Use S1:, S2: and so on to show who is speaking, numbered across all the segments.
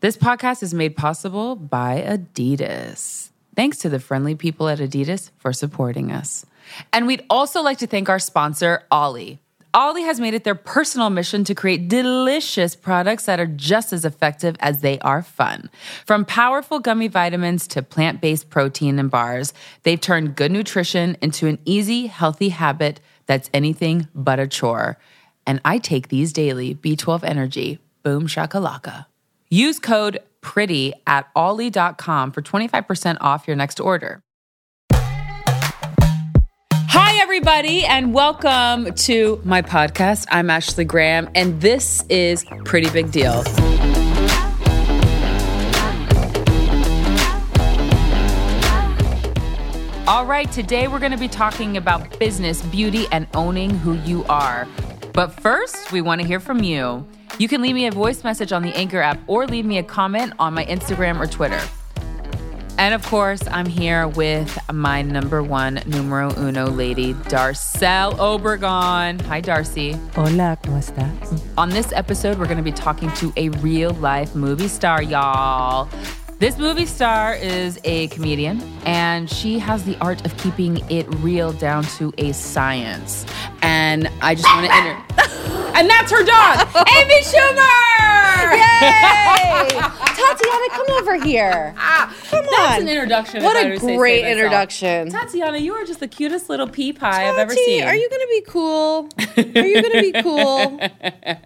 S1: This podcast is made possible by Adidas. Thanks to the friendly people at Adidas for supporting us. And we'd also like to thank our sponsor, Ollie. Ollie has made it their personal mission to create delicious products that are just as effective as they are fun. From powerful gummy vitamins to plant based protein and bars, they've turned good nutrition into an easy, healthy habit that's anything but a chore. And I take these daily B12 Energy. Boom shakalaka. Use code PRETTY at ollie.com for 25% off your next order. Hi, everybody, and welcome to my podcast. I'm Ashley Graham, and this is Pretty Big Deal. All right, today we're going to be talking about business, beauty, and owning who you are. But first, we want to hear from you. You can leave me a voice message on the Anchor app or leave me a comment on my Instagram or Twitter. And of course, I'm here with my number one numero uno lady, Darcel Obregon. Hi, Darcy.
S2: Hola, ¿cómo estás?
S1: On this episode, we're going to be talking to a real life movie star, y'all. This movie star is a comedian, and she has the art of keeping it real down to a science. And I just want to enter. and that's her dog, Amy Schumer!
S2: Yay! Tatiana, come over here.
S1: Ah, that's
S2: on.
S1: an introduction.
S2: What
S1: if I were
S2: a
S1: to say so
S2: great
S1: myself.
S2: introduction.
S1: Tatiana, you are just the cutest little pea pie I've ever
S2: Tati,
S1: seen.
S2: Are you going to be cool? Are you going to be cool?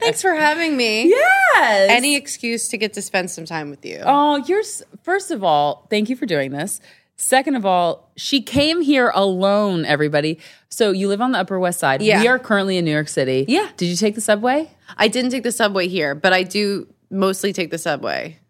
S2: Thanks for having me.
S1: Yes.
S2: Any excuse to get to spend some time with you.
S1: Oh, you're s- first of all, thank you for doing this. Second of all, she came here alone, everybody. So you live on the Upper West Side.
S2: Yeah.
S1: We are currently in New York City.
S2: Yeah.
S1: Did you take the subway?
S2: I didn't take the subway here, but I do mostly take the subway.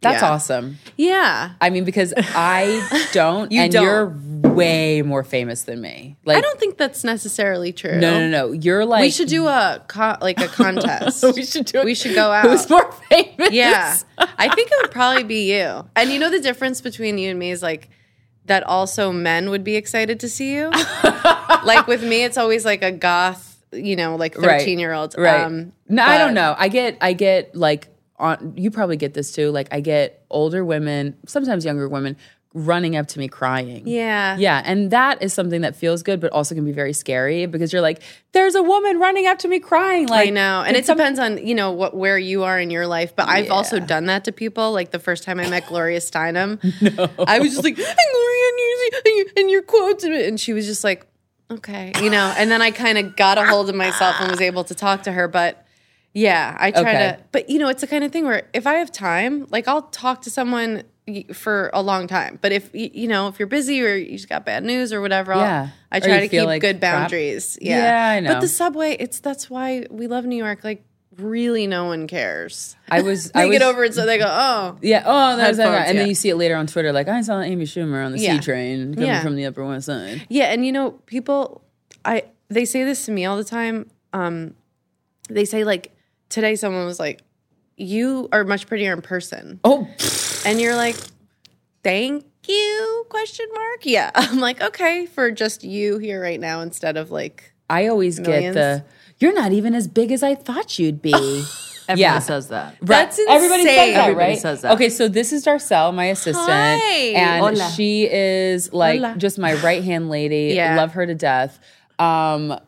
S1: That's
S2: Yeah.
S1: awesome.
S2: Yeah.
S1: I mean, because I don't,
S2: You
S1: and
S2: don't.
S1: you're way more famous than me. Like,
S2: I don't think that's necessarily true.
S1: No, no, no. You're like
S2: We should do a co- like a contest.
S1: we should do. it.
S2: We should go out.
S1: Who's more famous?
S2: Yeah. I think it would probably be you. And you know the difference between you and me is like that also men would be excited to see you. like with me, it's always like a goth, you know, like 13
S1: Right.
S2: year old.
S1: Right. no, I
S2: um, but-
S1: don't know. I get I get like on you probably get this too. Like I get older women, sometimes younger women running up to me crying.
S2: Yeah.
S1: Yeah, and that is something that feels good but also can be very scary because you're like there's a woman running up to me crying like
S2: I know. And
S1: did
S2: it depends on, you know, what where you are in your life. But I've also done that to people. Like the first time I met Gloria Steinem, I was just like, "Hey, Gloria, and, you, and, you, and your quotes. And she was just like, okay, you know. And then I kind of got a hold of myself and was able to talk to her. But yeah, I try
S1: Okay.
S2: to. But, you know, it's the kind of thing where if I have time, like I'll talk to someone y- for a long time. But if, y- you know, if you're busy or you just got bad news or whatever, I'll-
S1: Yeah.
S2: I
S1: Or
S2: try
S1: you
S2: to
S1: feel
S2: keep
S1: like
S2: good
S1: crap.
S2: boundaries. Yeah.
S1: Yeah, I know.
S2: But the subway, it's that's why we love New York. Like really, no one cares.
S1: I was
S2: They
S1: I was,
S2: get over it, so they go, oh,
S1: Yeah. Oh, that was that.
S2: Headphones,
S1: And then
S2: yeah.
S1: you see it later on Twitter, like I saw Amy Schumer on the
S2: Yeah.
S1: C train coming
S2: Yeah.
S1: from the Upper West Side.
S2: yeah. And you know, people, I they say this to me all the time. Um, they say like today, someone was like, "You are much prettier in person,"
S1: Oh,
S2: and you're like, "Thank you?" Question mark. Yeah, I'm like, okay, for just you here right now instead of like,
S1: I always
S2: Millions.
S1: get the you're not even as big as I thought you'd be.
S3: Everyone
S1: Yeah.
S3: says that.
S2: That's
S1: Everybody says
S2: insane.
S1: that,
S3: Everybody
S1: right?
S3: says that.
S1: Okay, so this is Darcel, my assistant,
S2: Hi.
S1: and
S3: Hola.
S1: she is like
S2: Hola.
S1: just my right hand lady.
S2: Yeah.
S1: Love her to death. Um,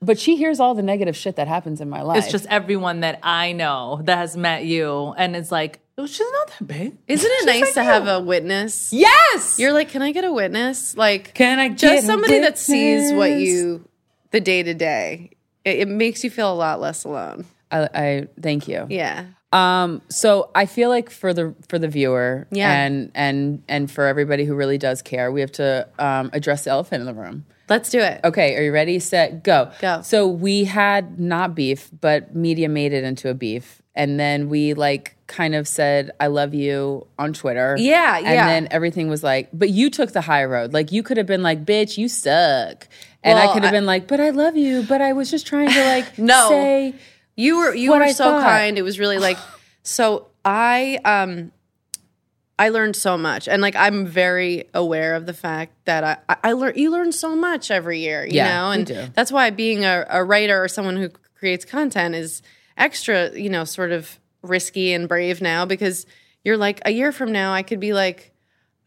S1: but she hears all the negative shit that happens in my life.
S3: It's just everyone that I know that has met you and it's like, oh, she's not that big.
S2: isn't it nice to
S1: you.
S2: have a witness?
S1: yes.
S2: You're like, can I get a witness? Like,
S1: Can I get
S2: just
S1: a
S2: somebody that sees what
S1: witness?
S2: you the day to day? It it makes you feel a lot less alone.
S1: I, I thank you.
S2: Yeah,
S1: Um, so I feel like for the for the viewer
S2: Yeah.
S1: and and and for everybody who really does care, we have to um, address the elephant in the room.
S2: let's do it.
S1: Okay, are you ready? Set, go.
S2: Go.
S1: So we had not beef, but media made it into a beef. And then we like kind of said, I love you on Twitter.
S2: Yeah,
S1: and
S2: yeah.
S1: then everything was like, but you took the high road. Like you could have been like, bitch, you suck. And I
S2: Well,
S1: could have
S2: I-
S1: been like, but I love you, but I was just trying to like
S2: No.
S1: say
S2: You were you
S1: What
S2: were
S1: I
S2: so
S1: thought.
S2: kind. It was really like so. I um, I learned so much, and like I'm very aware of the fact that I I, I learn you learn so much every year. You
S1: Yeah,
S2: know,
S1: you
S2: and
S1: do.
S2: that's why being a, a writer or someone who creates content is extra. You know, sort of risky and brave now because you're like a year from now, I could be like,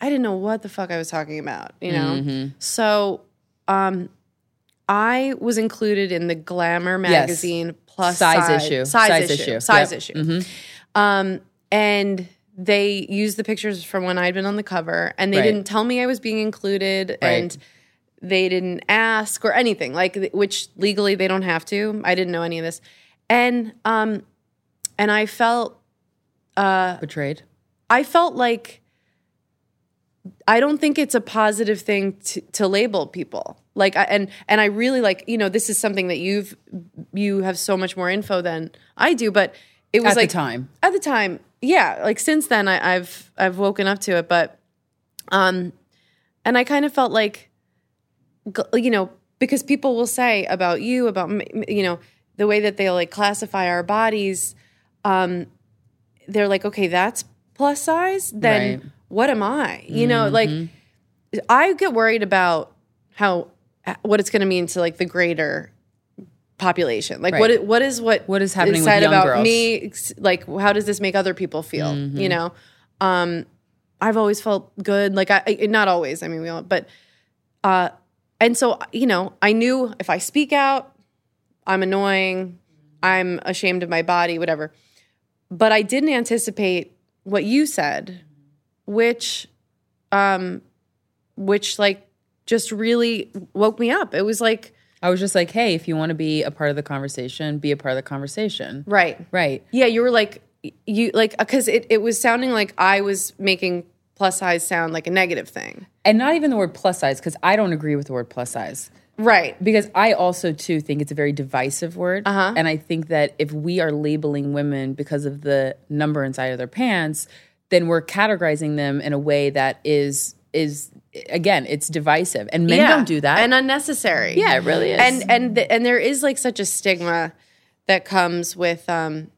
S2: I didn't know what the fuck I was talking about, you know?
S1: Mm-hmm.
S2: So um, I was included in the Glamour magazine plus
S1: Size issue.
S2: Size,
S1: Size
S2: issue.
S1: issue.
S2: Size
S1: Yep. Mm-hmm.
S2: issue. Um, and they used the pictures from when I'd been on the cover, and they
S1: Right.
S2: didn't tell me I was being included, and they didn't ask or anything, like th- which legally they don't have to. I didn't know any of this, and um, and I felt Uh,
S1: Betrayed.
S2: I felt like I don't think it's a positive thing to, to label people. Like I, and and I really like you know this is something that you've you have so much more info than I do, but it was
S1: At the
S2: like
S1: time.
S2: at the time yeah like since then I, I've I've woken up to it, but um and I kind of felt like gl- you know because people will say about you about m- m- you know the way that they like classify our bodies um, they're like, okay, that's plus size, then
S1: Right.
S2: what am I? You know, like I get worried about how what it's going to mean to like the greater population. Like what
S1: Right.
S2: it- what is what
S1: What is happening with
S2: said
S1: young
S2: about
S1: girls? Mm-hmm.
S2: me? ex- Like how does this make other people feel? You know, um, I've always felt good. Like I, I not always. I mean, we all, but uh, and so you know, I knew if I speak out, I'm annoying. I'm ashamed of my body, whatever but I didn't anticipate what you said, which, um, which like just really woke me up. It was like,
S1: I was just like, hey, if you want to be a part of the conversation, be a part of the conversation.
S2: right,
S1: Right.
S2: yeah, you were like, you like, because it it was sounding like I was making plus size sound like a negative thing,
S1: And not even the word plus size, because I don't agree with the word plus size.
S2: right?
S1: Because I also too think it's a very divisive word,
S2: Uh-huh.
S1: and I think that if we are labeling women because of the number inside of their pants, then we're categorizing them in a way that is is again, it's divisive, and men
S2: Yeah.
S1: don't do that.
S2: and unnecessary.
S1: yeah, it really is.
S2: and and th- and there is like such a stigma that comes with um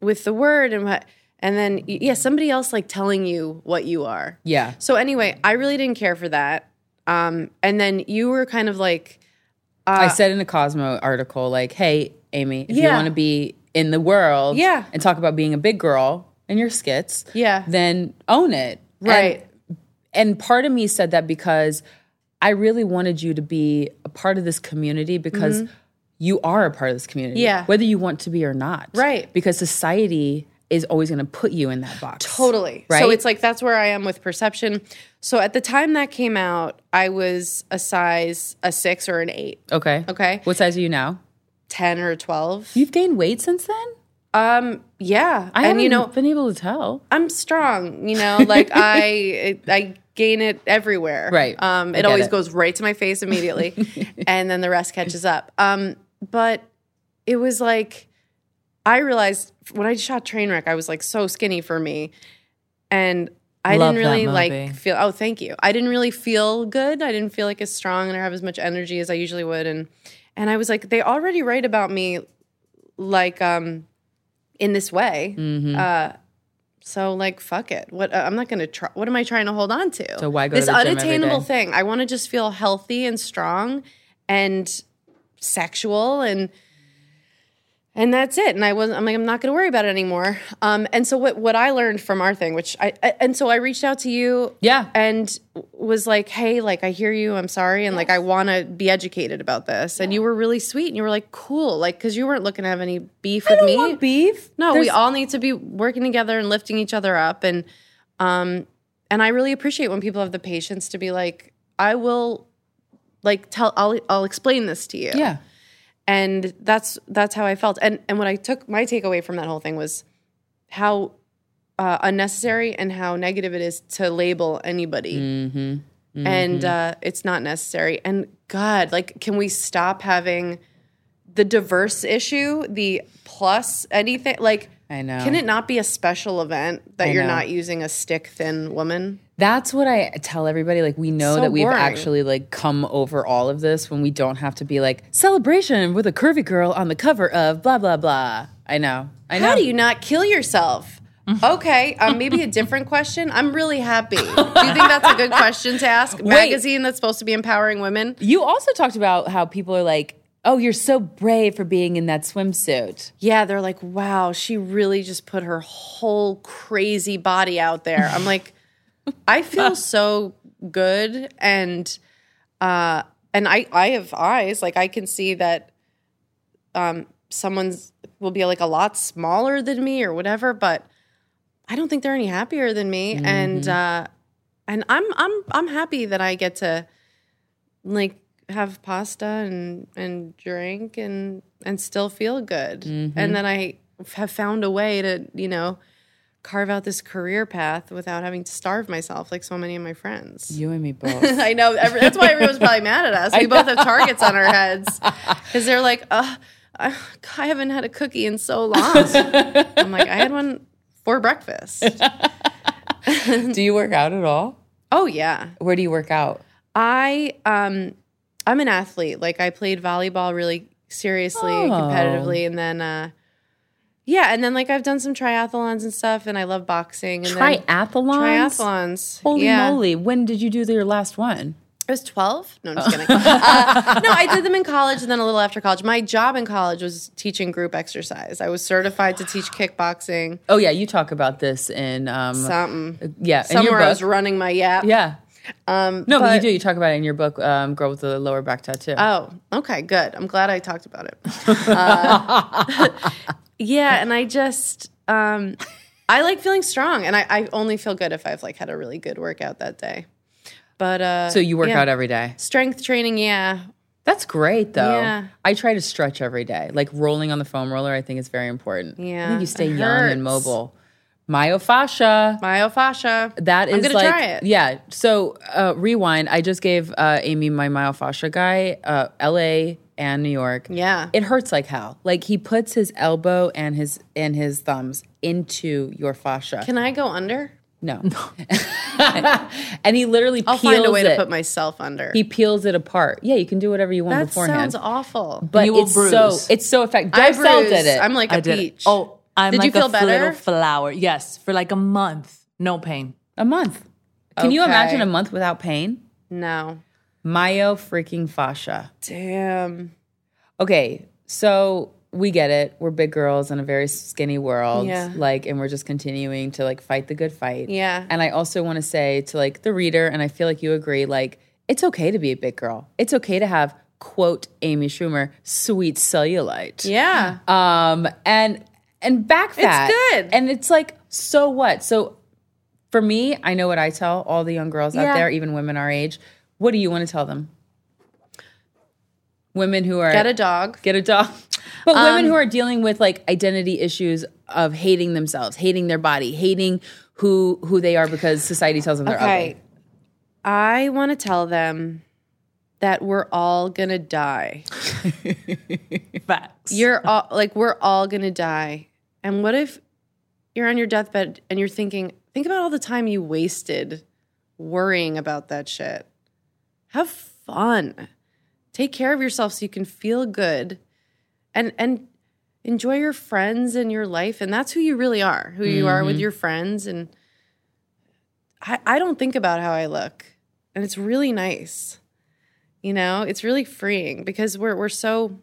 S2: with the word and what and then y- yeah somebody else like telling you what you are
S1: yeah,
S2: so anyway i really didn't care for that um and then you were kind of like
S1: I said in a Cosmo article, like, "Hey, Amy, if you
S2: Uh, Yeah.
S1: want to be in the world,
S2: Yeah.
S1: and talk about being a big girl in your skits,
S2: Yeah.
S1: then own it, And-
S2: right
S1: and part of me said that because I really wanted you to be a part of this community because you are a part of this community,
S2: Yeah.
S1: whether you want to be or not,
S2: Right.
S1: Because society is always going to put you in that box,
S2: Totally.
S1: Right?
S2: So it's like that's where I am with perception. So at the time that came out, I was a size a six or an eight,
S1: okay,
S2: Okay.
S1: What size are you now?
S2: ten or twelve.
S1: You've gained weight since then.
S2: Um, yeah.
S1: I
S2: and
S1: haven't
S2: you know,
S1: been able to tell.
S2: I'm strong, you know, like I it, I gain it everywhere.
S1: Right.
S2: Um
S1: I
S2: it
S1: get
S2: always
S1: it.
S2: goes right to my face immediately and then the rest catches up. Um but it was like I realized when I shot Trainwreck I was like so skinny for me and I
S4: Love
S2: didn't
S4: that
S2: really
S4: movie.
S2: like feel oh thank you. I didn't really feel good. I didn't feel like as strong and I have as much energy as I usually would and and I was like they already write about me like um in this way.
S1: Mm-hmm.
S2: Uh, so like, fuck it. What uh, I'm not gonna try. What am I trying to hold on to?
S1: So why go to
S2: this
S1: the gym every
S2: unattainable
S1: day?
S2: thing? I want to just feel healthy and strong, and sexual and and that's it. And I wasn't. I'm like, I'm not going to worry about it anymore. Um, and so what what I learned from our thing, which I I- and so I reached out to you,
S1: Yeah.
S2: and w- was like, hey, like I hear you. I'm sorry, and like I want to be educated about this. And you were really sweet, and you were like, cool, like because you weren't looking to have any beef with me.
S1: beef?
S2: No, we all need to be working together and lifting each other up and um and I really appreciate when people have the patience to be like, I will like tell I'll I'll explain this to you.
S1: Yeah.
S2: And that's that's how I felt. And and what I took my takeaway from that whole thing was how uh, unnecessary and how negative it is to label anybody.
S1: Mm-hmm.
S2: And uh, it's not necessary. And God, like, can we stop having the diverse issue, the plus anything? Like,
S1: I know.
S2: Can it not be a special event that
S1: I
S2: you're
S1: know.
S2: not using a stick thin woman?
S1: That's what I tell everybody. Like we know
S2: So
S1: that we've
S2: boring.
S1: actually like come over all of this when we don't have to be like celebration with a curvy girl on the cover of blah blah blah. I know. I know.
S2: How do you not kill yourself? Okay, um, maybe a different question. I'm really happy. Do you think that's a good question to ask? Magazine that's supposed to be empowering women.
S1: You also talked about how people are like, oh, you're so brave for being in that swimsuit.
S2: Yeah, they're like, wow, she really just put her whole crazy body out there. I'm like, I feel so good and uh and I I have eyes, like I can see that um someone's will be like a lot smaller than me or whatever, but I don't think they're any happier than me. And uh and I'm I'm I'm happy that I get to like have pasta and and drink and and still feel good and then i f- have found a way to you know carve out this career path without having to starve myself like so many of my friends
S1: You and me both.
S2: i know every, that's why everyone's probably mad at us we both have targets on our heads because they're like uh, i I haven't had a cookie in so long i'm like i had one for breakfast
S1: do you work out at all?
S2: oh yeah
S1: Where do you work out?
S2: I um I'm an athlete. Like I played volleyball really seriously and
S1: Oh.
S2: competitively and then uh yeah, and then like I've done some triathlons and stuff and I love boxing and then triathlons.
S1: Holy
S2: yeah.
S1: moly! When did you do your last one?
S2: I was 12. No, I'm
S1: Oh.
S2: just kidding. uh, no, I did them in college and then a little after college. My job in college was teaching group exercise. I was certified to teach kickboxing,
S1: Oh yeah, you talk about this in um
S2: something.
S1: yeah in your
S2: Somewhere I was
S1: book.
S2: running my yap.
S1: yeah.
S2: Um,
S1: No,
S2: but-
S1: you do. You talk about it in your book, um, "Girl with the Lower Back Tattoo."
S2: Oh, okay, good. I'm glad I talked about it. Uh, yeah, and I just um, I like feeling strong, and I, I only feel good if I've like had a really good workout that day. But uh,
S1: so you work
S2: yeah.
S1: out every day.
S2: strength training, yeah,
S1: That's great, though.
S2: Yeah.
S1: I try to stretch every day. Like rolling on the foam roller, I think is very important. I
S2: Yeah,
S1: think you stay
S2: it
S1: young and
S2: hurts.
S1: mobile. Myofascia.
S2: myofascia.
S1: That is
S2: I'm gonna
S1: like
S2: try it.
S1: yeah. So uh, rewind. I just gave uh, Amy my myofascia guy, uh, L.A. and New York.
S2: Yeah.
S1: it hurts like hell. Like he puts his elbow and his and his thumbs into your fascia.
S2: Can I go under?
S1: no, and he literally
S2: I'll
S1: peels
S2: find a way
S1: it.
S2: to put myself under.
S1: he peels it apart. Yeah, you can do whatever you want
S2: that
S1: beforehand.
S2: sounds awful.
S1: but
S3: You will
S1: it's so
S3: bruise.
S1: it's so effective.
S2: I
S1: Dove Sell did
S2: bruise.
S1: it.
S2: I'm like a
S3: I did. it.
S2: peach.
S3: Oh, I'm
S2: Did
S3: like
S2: you feel
S3: a
S2: better?
S3: little flower. Yes, for like a month, no pain.
S1: a month. Can you imagine
S2: Okay.
S1: a month without pain?
S2: no,
S1: Myo freaking fascia.
S2: damn.
S1: okay, so we get it. We're big girls in a very skinny world.
S2: Yeah.
S1: Like, and we're just continuing to like fight the good fight.
S2: Yeah.
S1: And I also want to say to like the reader, and I feel like you agree, like, it's okay to be a big girl. It's okay to have, quote, Amy Schumer, sweet cellulite.
S2: Yeah,
S1: Um, and and back fat.
S2: good.
S1: And it's like, so what? So for me, I know what I tell all the young girls out
S2: Yeah.
S1: there, even women our age. What do you want to tell them? Women who are
S2: get a dog.
S1: get a dog. But women who are dealing with like identity issues of hating themselves, hating their body, hating who who they are because society tells them they're
S2: Okay.
S1: ugly.
S2: I want to tell them that we're all going to die.
S3: Facts.
S2: You're all like we're all going to die. And what if you're on your deathbed and you're thinking, think about all the time you wasted worrying about that shit. Have fun. Take care of yourself so you can feel good and and enjoy your friends and your life and that's who you really are, who you are with your friends and I, I don't think about how I look. And it's really nice. You know, it's really freeing because we're we're so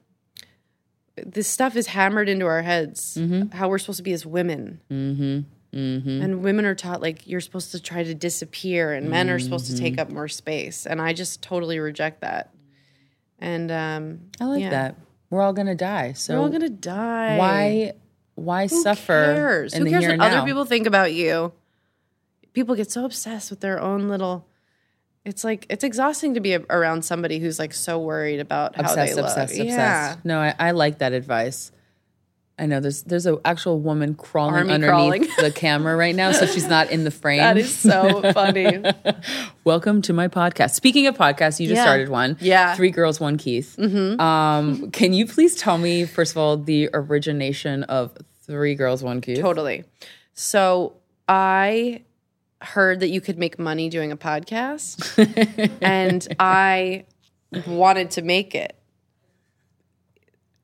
S2: this stuff is hammered into our heads
S1: Mm-hmm.
S2: how we're supposed to be as women. Mm-hmm. Mm-hmm. And women are taught like you're supposed to try to disappear and men are supposed to
S1: Mm-hmm.
S2: take up more space. And I just totally reject that. And um
S1: I like
S2: yeah.
S1: that. We're all gonna die. So
S2: We're all gonna die.
S1: why why suffer?
S2: Who cares?
S1: in
S2: Who
S1: the
S2: cares
S1: here
S2: what
S1: and now?
S2: other people think about you? People get so obsessed with their own little. It's like it's exhausting to be a- around somebody who's like so worried about how
S1: obsessed,
S2: they look.
S1: obsessed,
S2: yeah.
S1: obsessed. No, I, I like that advice. I know there's there's an actual woman crawling
S2: Army
S1: underneath
S2: crawling.
S1: the camera right now, so she's not in the frame.
S2: That is so funny.
S1: Welcome to my podcast. Speaking of podcasts, you just
S2: Yeah.
S1: started one.
S2: Yeah. Mm-hmm.
S1: Three Girls, One Keith. Um, can you please tell me, first of all, the origination of Three Girls, One Keith?
S2: Totally. So I heard that you could make money doing a podcast, and I wanted to make it.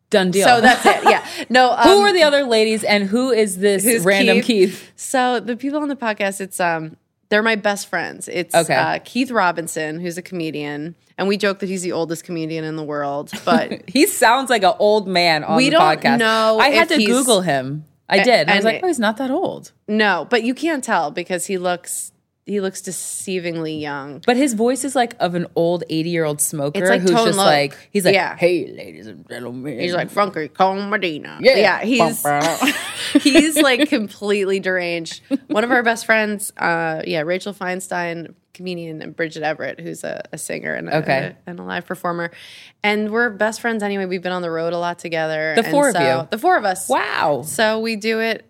S1: Done deal.
S2: So that's it. Yeah. No. Um,
S1: who are the other ladies and who is this
S2: Who's
S1: random Keith?
S2: So the people on the podcast, it's um They're my best friends. It's
S1: Okay.
S2: uh, Keith Robinson, who's a comedian, and we joke that he's the oldest comedian in the world. But
S1: He sounds like an old man on
S2: We
S1: the
S2: don't
S1: podcast.
S2: know
S1: I had to
S2: if he's-
S1: Google him. I did. I was
S2: and
S1: like,
S2: it-
S1: oh, he's not that old.
S2: no, but you can't tell because he looks he looks deceivingly young.
S1: But his voice is like of an old 80 year old smoker
S2: It's like
S1: who's
S2: Tone
S1: just
S2: Loc.
S1: like, he's like,
S2: Yeah.
S1: hey, ladies and gentlemen.
S2: He's like Funky Cole Medina.
S1: Mm. Yeah.
S2: yeah he's he's like completely deranged. One of our best friends, uh, yeah, Rachel Feinstein, comedian, and Bridget Everett, who's a, a singer and a,
S1: Okay.
S2: and a live performer, and we're best friends anyway. We've been on the road a lot together.
S1: The
S2: and
S1: four of
S2: so-
S1: you?
S2: the four of us.
S1: wow.
S2: So we do it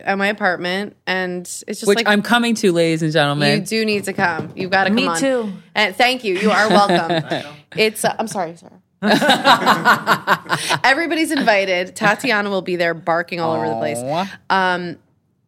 S2: at my apartment, and it's just
S1: Which
S2: like
S1: I'm coming to, ladies and
S2: you
S1: gentlemen.
S2: do need to come. You've got to come
S3: Me
S2: on.
S3: too.
S2: And thank you. You are welcome. it's. Uh, I'm sorry, sir. Everybody's invited. Tatiana will be there, barking all over the place.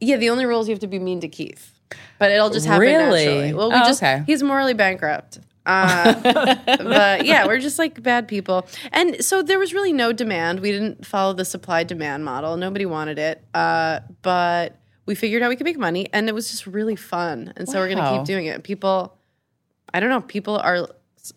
S2: Yeah, the only rule is you have to be mean to Keith, but it'll just happen
S1: Really?
S2: naturally. Well, we
S1: Oh,
S2: just
S1: okay.
S2: he's morally bankrupt. Uh, but yeah, we're just like bad people, and so there was really no demand. We didn't follow the supply demand model. Nobody wanted it, uh, but we figured out we could make money, and it was just really fun. And so we're gonna
S1: Wow.
S2: keep doing it. People, I don't know, people are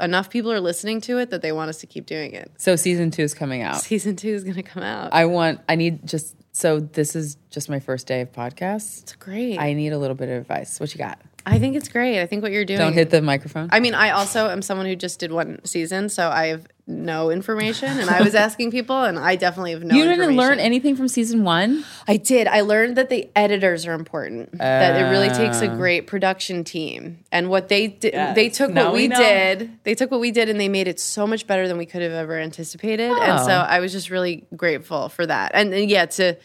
S2: enough people are listening to it that they want us to keep doing it.
S1: So season two is coming out.
S2: Season two is gonna come out.
S1: I want, I need just, so this is just my first day of podcast.
S2: it's great. I,
S1: I need a little bit of advice. What you got?
S2: think it's great. I think what you're doing.
S1: Don't hit the microphone.
S2: I mean, I also am someone who just did one season, so I have no information. And I was asking people, and I definitely have no.
S1: you didn't learn
S2: information.
S1: anything from season one?
S2: I did. I learned that the editors are important. that it really takes a great production team, and what they did, they took
S3: Now
S2: what
S3: we
S2: we,
S3: know.
S2: did. They took what we did, and they made it so much better than we could have ever anticipated. And so
S1: Oh.
S2: I was just really grateful for that. And, and yeah, to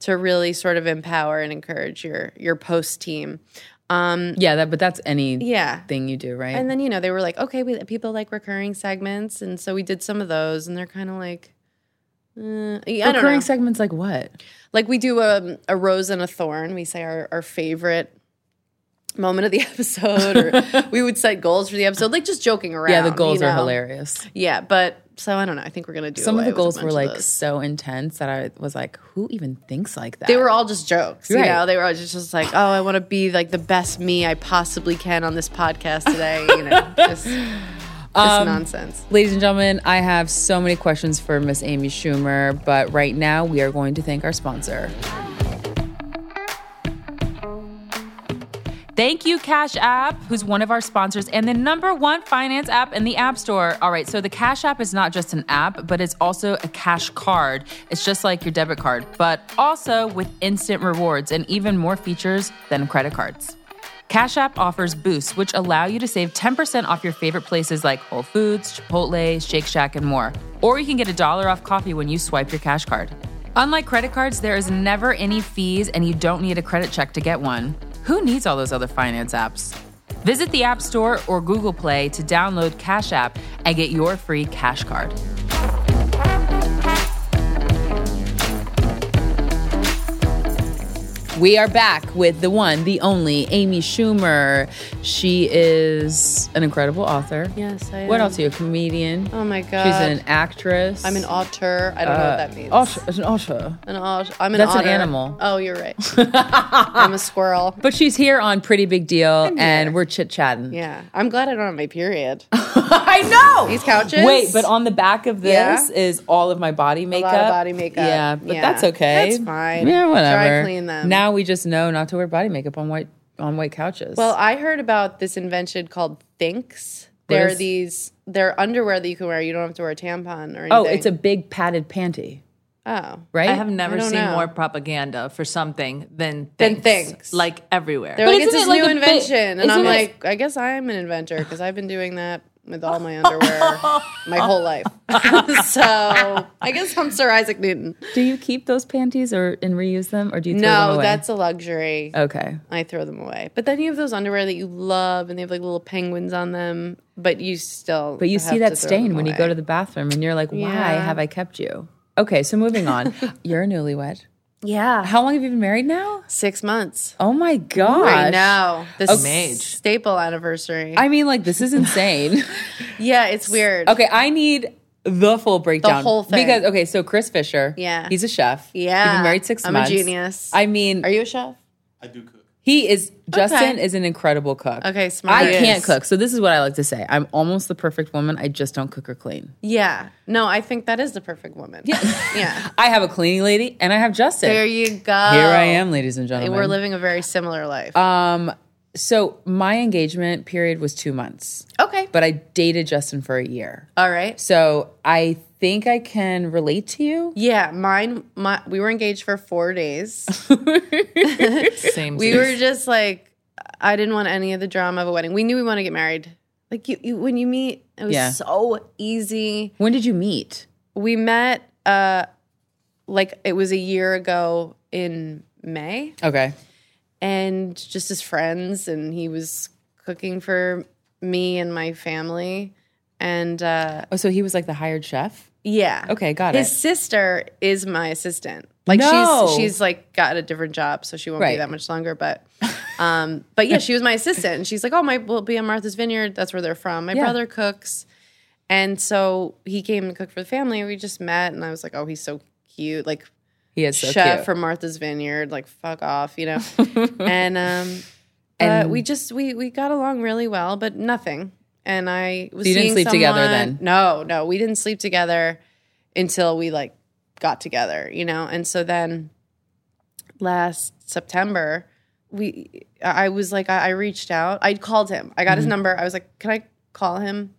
S2: to really sort of empower and encourage your your post team.
S1: Yeah, that, but that's any
S2: Yeah.
S1: thing you do, right?
S2: And then you know they were like, okay, we people like recurring segments, and so we did some of those, and they're kind of like, uh, yeah, I don't know.
S1: Recurring segments like what?
S2: like we do a, a rose and a thorn. We say our our favorite moment of the episode, or we would set goals for the episode, like just joking around.
S1: Yeah, the goals
S2: you
S1: are
S2: know?
S1: hilarious.
S2: Um, Yeah, but so I don't know. I think we're gonna do
S1: Some of the
S2: away with a
S1: goals
S2: bunch
S1: were
S2: of
S1: like
S2: those.
S1: so intense that I was like, who even thinks like that?
S2: They were all just jokes, you
S1: Right.
S2: know. They were all just, just like, "Oh, I want to be like the best me I possibly can on this podcast today." You know, just, just
S1: Um,
S2: nonsense.
S1: Ladies and gentlemen, I have so many questions for Miss Amy Schumer, but right now we are going to thank our sponsor.
S4: Thank you, Cash App, who's one of our sponsors and the number one finance app in the App Store. All right, so the Cash App is not just an app, but it's also a cash card. It's just like your debit card, but also with instant rewards and even more features than credit cards. Cash App offers boosts, which allow you to save 10% off your favorite places like Whole Foods, Chipotle, Shake Shack, and more. Or you can get a dollar off coffee when you swipe your cash card. Unlike credit cards, there is never any fees and you don't need a credit check to get one. Who needs all those other finance apps? Visit the App Store or Google Play to download Cash App and get your free cash card.
S1: We are back with the one, the only Amy Schumer. She is an incredible author.
S2: Yes, I
S1: What
S2: am.
S1: else are you? A comedian?
S2: Oh my god.
S1: She's an actress.
S2: I'm an auteur. I don't know what that means.
S1: Author, an author.
S2: An auteur. I'm an
S1: Uh, That's an
S2: otter.
S1: animal.
S2: Oh, you're right. I'm a squirrel.
S1: But she's here on Pretty Big Deal, and we're chit chatting.
S2: Yeah. I'm glad I don't have my period.
S1: I know.
S2: These couches.
S1: Wait, but on the back of this is all of my body
S2: a
S1: makeup.
S2: lot of body makeup.
S1: Yeah, but that's okay.
S2: That's fine.
S1: Yeah, whatever.
S2: Dry clean them.
S1: Now we just know not to wear body makeup on white on white couches.
S2: well, I heard about this invention called Thinks. There are
S1: is-
S2: these. They're underwear that you can wear. You don't have to wear a tampon or anything.
S1: oh, it's a big padded panty,
S2: oh.
S1: right?
S3: I have never
S2: don't
S3: seen
S2: know.
S3: more propaganda for something than things,
S2: Than things.
S3: like everywhere.
S2: They're
S1: But
S2: like it's
S1: isn't it like
S2: this new
S1: a bit-
S2: invention,
S1: isn't
S2: and I'm
S1: it-
S2: like, I guess I'm an inventor because I've been doing that with all my underwear my whole life. so I guess I'm Sir Isaac Newton.
S1: Do you keep those panties or and reuse them, or do you throw them
S2: No,
S1: away?
S2: that's a luxury.
S1: okay.
S2: I throw them away. But then you have those underwear that you love, and they have like little penguins on them, but you still.
S1: But you
S2: have
S1: see that
S2: to throw
S1: stain
S2: them
S1: when you go
S2: away.
S1: to the bathroom, and you're like, "Why
S2: Yeah.
S1: have I kept you?" Okay, so moving on. you're a newlywed.
S2: yeah
S1: How long have you been married now?
S2: six months.
S1: Oh my gosh!
S2: I know this
S3: Mage.
S2: staple anniversary.
S1: I mean, like this is insane.
S2: yeah, it's weird.
S1: Okay, I need the full breakdown.
S2: whole thing.
S1: Because okay, so Chris Fisher.
S2: Yeah.
S1: He's a chef.
S2: Yeah.
S1: You've been married 6
S2: I'm a
S1: months.
S2: genius.
S1: I mean
S2: Are you a chef?
S5: I do cook.
S1: He is Justin is an incredible cook.
S2: Okay, smart.
S1: I
S2: He
S1: can't
S2: is.
S1: cook, so this is what I like to say. I'm almost the perfect woman. I just don't cook or clean.
S2: Yeah. No, I think that is the perfect woman. Yeah. yeah.
S1: I have a cleaning lady, and I have Justin.
S2: There you go.
S1: Here I am, Uh, ladies and gentlemen. Um,
S2: We're living a very similar life.
S1: so my engagement period was two months,
S2: okay.
S1: but I dated Justin for a year.
S2: All right.
S1: So I think I can relate to you.
S2: Yeah, mine. My, we were engaged for four days.
S3: Same.
S2: We
S3: thing.
S2: were just like, I didn't want any of the drama of a wedding. We knew we want to get married. Like you, you when you meet, it was
S1: Yeah.
S2: so easy.
S1: When did you meet?
S2: We met, uh, like it was a year ago in May,
S1: Okay.
S2: and just as friends, and he was cooking for me and my family, and uh,
S1: Oh, so he was like the hired chef.
S2: yeah,
S1: Okay, got
S2: His
S1: it.
S2: sister is my assistant. Like
S1: No.
S2: she's she's like got a different job, so she won't
S1: Right.
S2: be that much longer. But um, but yeah, she was my assistant, and she's like, oh, my we'll be on Martha's Vineyard. That's where they're from. My brother cooks, and so he came and cooked for the family. We just met, and I was like, oh, he's so cute, like
S1: He is so
S2: chef
S1: cute.
S2: from Martha's Vineyard. Like fuck off, you know. and um, and
S1: And-
S2: we just we we got along really well, but nothing. And I was
S1: So you didn't
S2: seeing
S1: sleep together
S2: someone-
S1: then?
S2: No, no, we didn't sleep together until we like got together, you know. And so then last September, we I was like I, I reached out. I called him. I got
S1: Mm-hmm.
S2: his number. I was like, can I call him?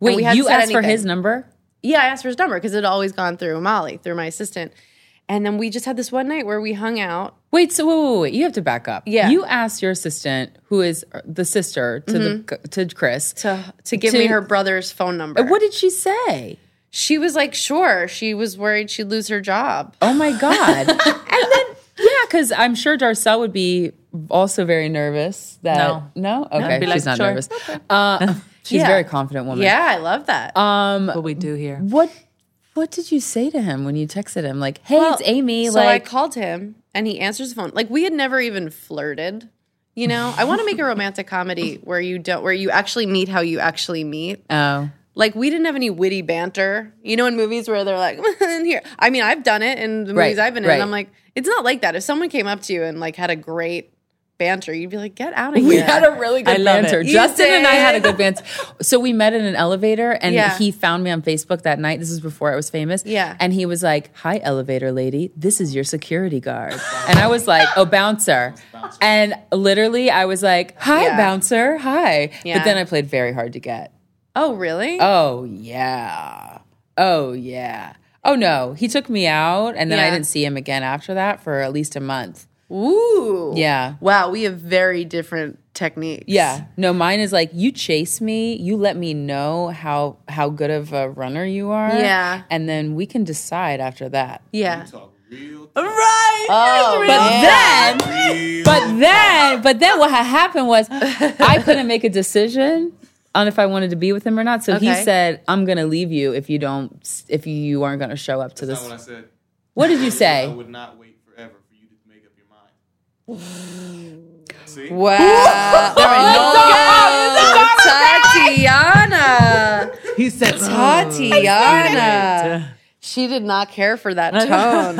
S1: Wait,
S2: we hadn't
S1: you
S2: said
S1: asked for
S2: anything.
S1: his number?
S2: yeah, I asked for his number because it had always gone through Molly, through my assistant. And then we just had this one night where we hung out.
S1: Wait, so wait, wait, wait. You have to back up.
S2: Yeah.
S1: You asked your assistant, who is the sister to the to Chris,
S2: to to give me
S1: To-
S2: her brother's phone number.
S1: what did she say?
S2: She was like, sure. She was worried she'd lose her job.
S1: Oh my god! and then yeah, because I'm sure Darcel would be also very nervous. That
S3: No.
S1: no, okay,
S3: be like,
S1: she's not
S3: sure.
S1: nervous. Uh, she's
S2: Yeah.
S1: a very confident woman.
S2: Yeah, I love that.
S1: Um,
S3: what we do here.
S1: What What did you say to him when you texted him? Like, hey, it's Amy.
S2: so
S1: like,
S2: I called him and he answers the phone. Like we had never even flirted. You know, I want to make a romantic comedy where you don't where you actually meet how you actually meet.
S1: oh,
S2: Like we didn't have any witty banter. You know, in movies where they're like, "And here." I mean, I've done it in the
S1: Right,
S2: movies I've been in.
S1: right.
S2: I'm like, it's not like that. If someone came up to you and like had a great banter, you'd be like, get out of here.
S1: We had a really good
S3: I love
S1: banter.
S3: it.
S2: You
S1: Justin and I
S2: did.
S1: had a good banter. So we met in an elevator, and
S2: Yeah.
S1: he found me on Facebook that night. This is before I was famous.
S2: Yeah.
S1: and he was like, "Hi, elevator lady. This is your security guard." and I was like, "Oh, bouncer." And literally, I was like, "Hi,
S2: Yeah.
S1: bouncer. Hi."
S2: Yeah.
S1: But then I played very hard to get.
S2: oh, really?
S1: Oh yeah. Oh yeah. Oh no. He took me out, and then I
S2: Yeah.
S1: didn't see him again after that for at least a month.
S2: Ooh.
S1: Yeah.
S2: Wow, we have very different techniques.
S1: Yeah. No, mine is like you chase me, you let me know how how good of a runner you are.
S2: Yeah.
S1: And then we can decide after that.
S2: Yeah.
S5: Talk real
S3: Right.
S2: Oh,
S1: But then
S5: real
S1: but then but then what had happened was I couldn't make a decision on if I wanted to be with him or not. So
S2: Okay.
S1: he said, I'm gonna leave you if you don't if you aren't gonna show up to
S5: That's
S1: this.
S5: not what I said.
S1: What did you
S5: I
S1: say?
S5: would not wait forever for you to make up your mind. See?
S2: wow. Tatiana.
S3: He said
S2: Tatiana. She did not care for that tone.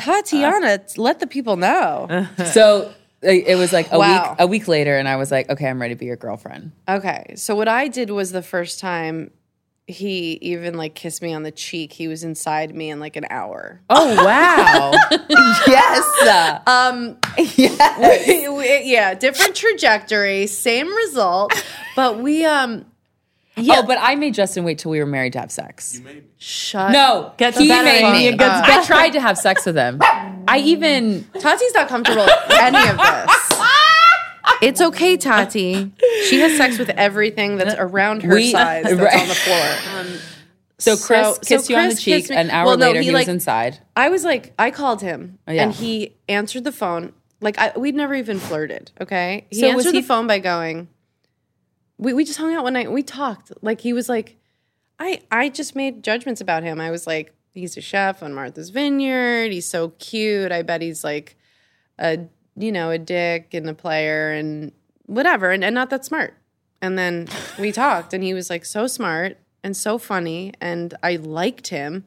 S2: Tatiana, let the people know.
S1: So it it was like a
S2: Wow.
S1: week a week later and I was like, Okay, I'm ready to be your girlfriend.
S2: Okay. So what I did was the first time he even like kissed me on the cheek, he was inside me in like an hour.
S1: Oh wow. yes.
S2: It- it- yeah, different trajectory, same result, but we um
S1: Oh, but I made Justin wait till we were married to have sex.
S5: You made me.
S2: shut.
S1: No,
S3: Gets
S1: he
S3: better,
S1: made me.
S3: Amy, it gets
S1: I tried to have sex with him. I even
S2: Tati's not comfortable with any of this. It's okay, Tati. She has sex with everything that's around her
S1: We-
S2: size that's
S1: right.
S2: on the floor. Um,
S1: so Chris
S2: So- so
S1: kissed you on the
S2: Chris kissed
S1: cheek.
S2: me-
S1: An hour
S2: Well, no,
S1: later,
S2: he,
S1: he,
S2: like-
S1: was inside.
S2: I was like, I called him
S1: Oh, yeah.
S2: and he answered the phone. Like I, we'd never even flirted. Okay, he
S1: So was
S2: answered
S1: he-
S2: the phone by going. We we just hung out one night. and We talked. Like he was like, I I just made judgments about him. I was like, he's a chef on Martha's Vineyard. He's so cute. I bet he's like a you know a dick and a player and whatever and, and not that smart. And then we talked, and he was like so smart and so funny, and I liked him.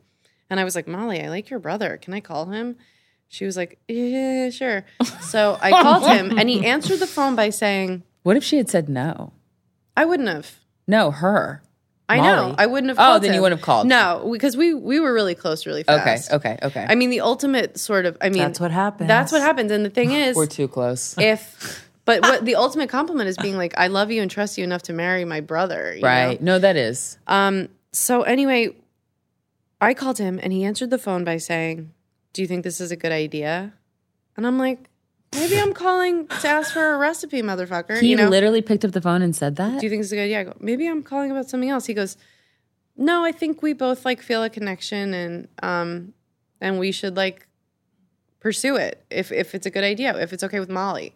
S2: And I was like, Molly, I like your brother. Can I call him? She was like, yeah, sure. So
S1: Oh,
S2: I called him and he answered the phone by saying,
S1: What if she had said no?
S2: I wouldn't have.
S1: No, her.
S2: I
S1: Molly.
S2: know. I wouldn't have
S1: Oh,
S2: called
S1: then you
S2: him.
S1: wouldn't have called.
S2: No, because we we were really close really
S1: Okay,
S2: fast.
S1: okay, okay.
S2: I mean, the ultimate sort of I mean
S3: That's what happens.
S2: That's what happens. And the thing is
S1: We're too close.
S2: if but what the ultimate compliment is being like, I love you and trust you enough to marry my brother. you know?
S1: Right. No, that is.
S2: Um, so anyway, I called him and he answered the phone by saying, Do you think this is a good idea? And I'm like, Maybe I'm calling to ask for a recipe, motherfucker.
S1: He
S2: you know?
S1: literally picked up the phone and said that.
S2: Do you think it's a good idea? I go, Maybe I'm calling about something else. He goes, No, I think we both like feel a connection and um and we should like pursue it if if it's a good idea, if it's okay with Molly.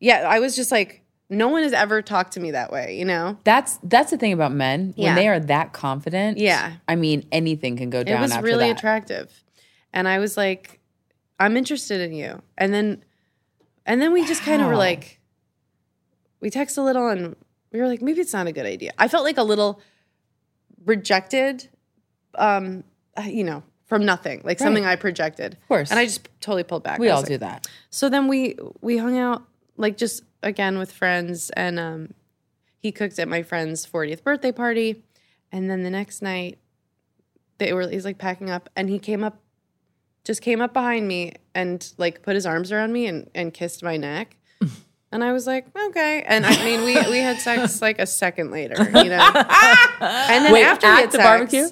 S2: Yeah, I was just like, no one has ever talked to me that way, you know?
S1: that's that's the thing about men when
S2: Yeah.
S1: they are that confident.
S2: Yeah.
S1: I mean, anything can go down.
S2: it was
S1: after
S2: really
S1: that.
S2: attractive and i was like i'm interested in you and then and then we just kind of were
S1: Wow.
S2: like we text a little and we were like maybe it's not a good idea i felt like a little rejected um uh, you know from nothing like something i projected of
S1: course.
S2: and i just totally pulled back
S1: We
S2: I
S1: all
S2: was
S1: do
S2: like-
S1: that.
S2: so then we we hung out like just again with friends and um he cooked at my friend's 40th birthday party and then the next night they were he's like packing up and he came up just came up behind me and like put his arms around me and, and kissed my neck and i was like okay and i mean we we had sex like a second later you know and then
S1: Wait,
S2: after
S1: at
S2: we had
S1: the
S2: sex,
S1: barbecue?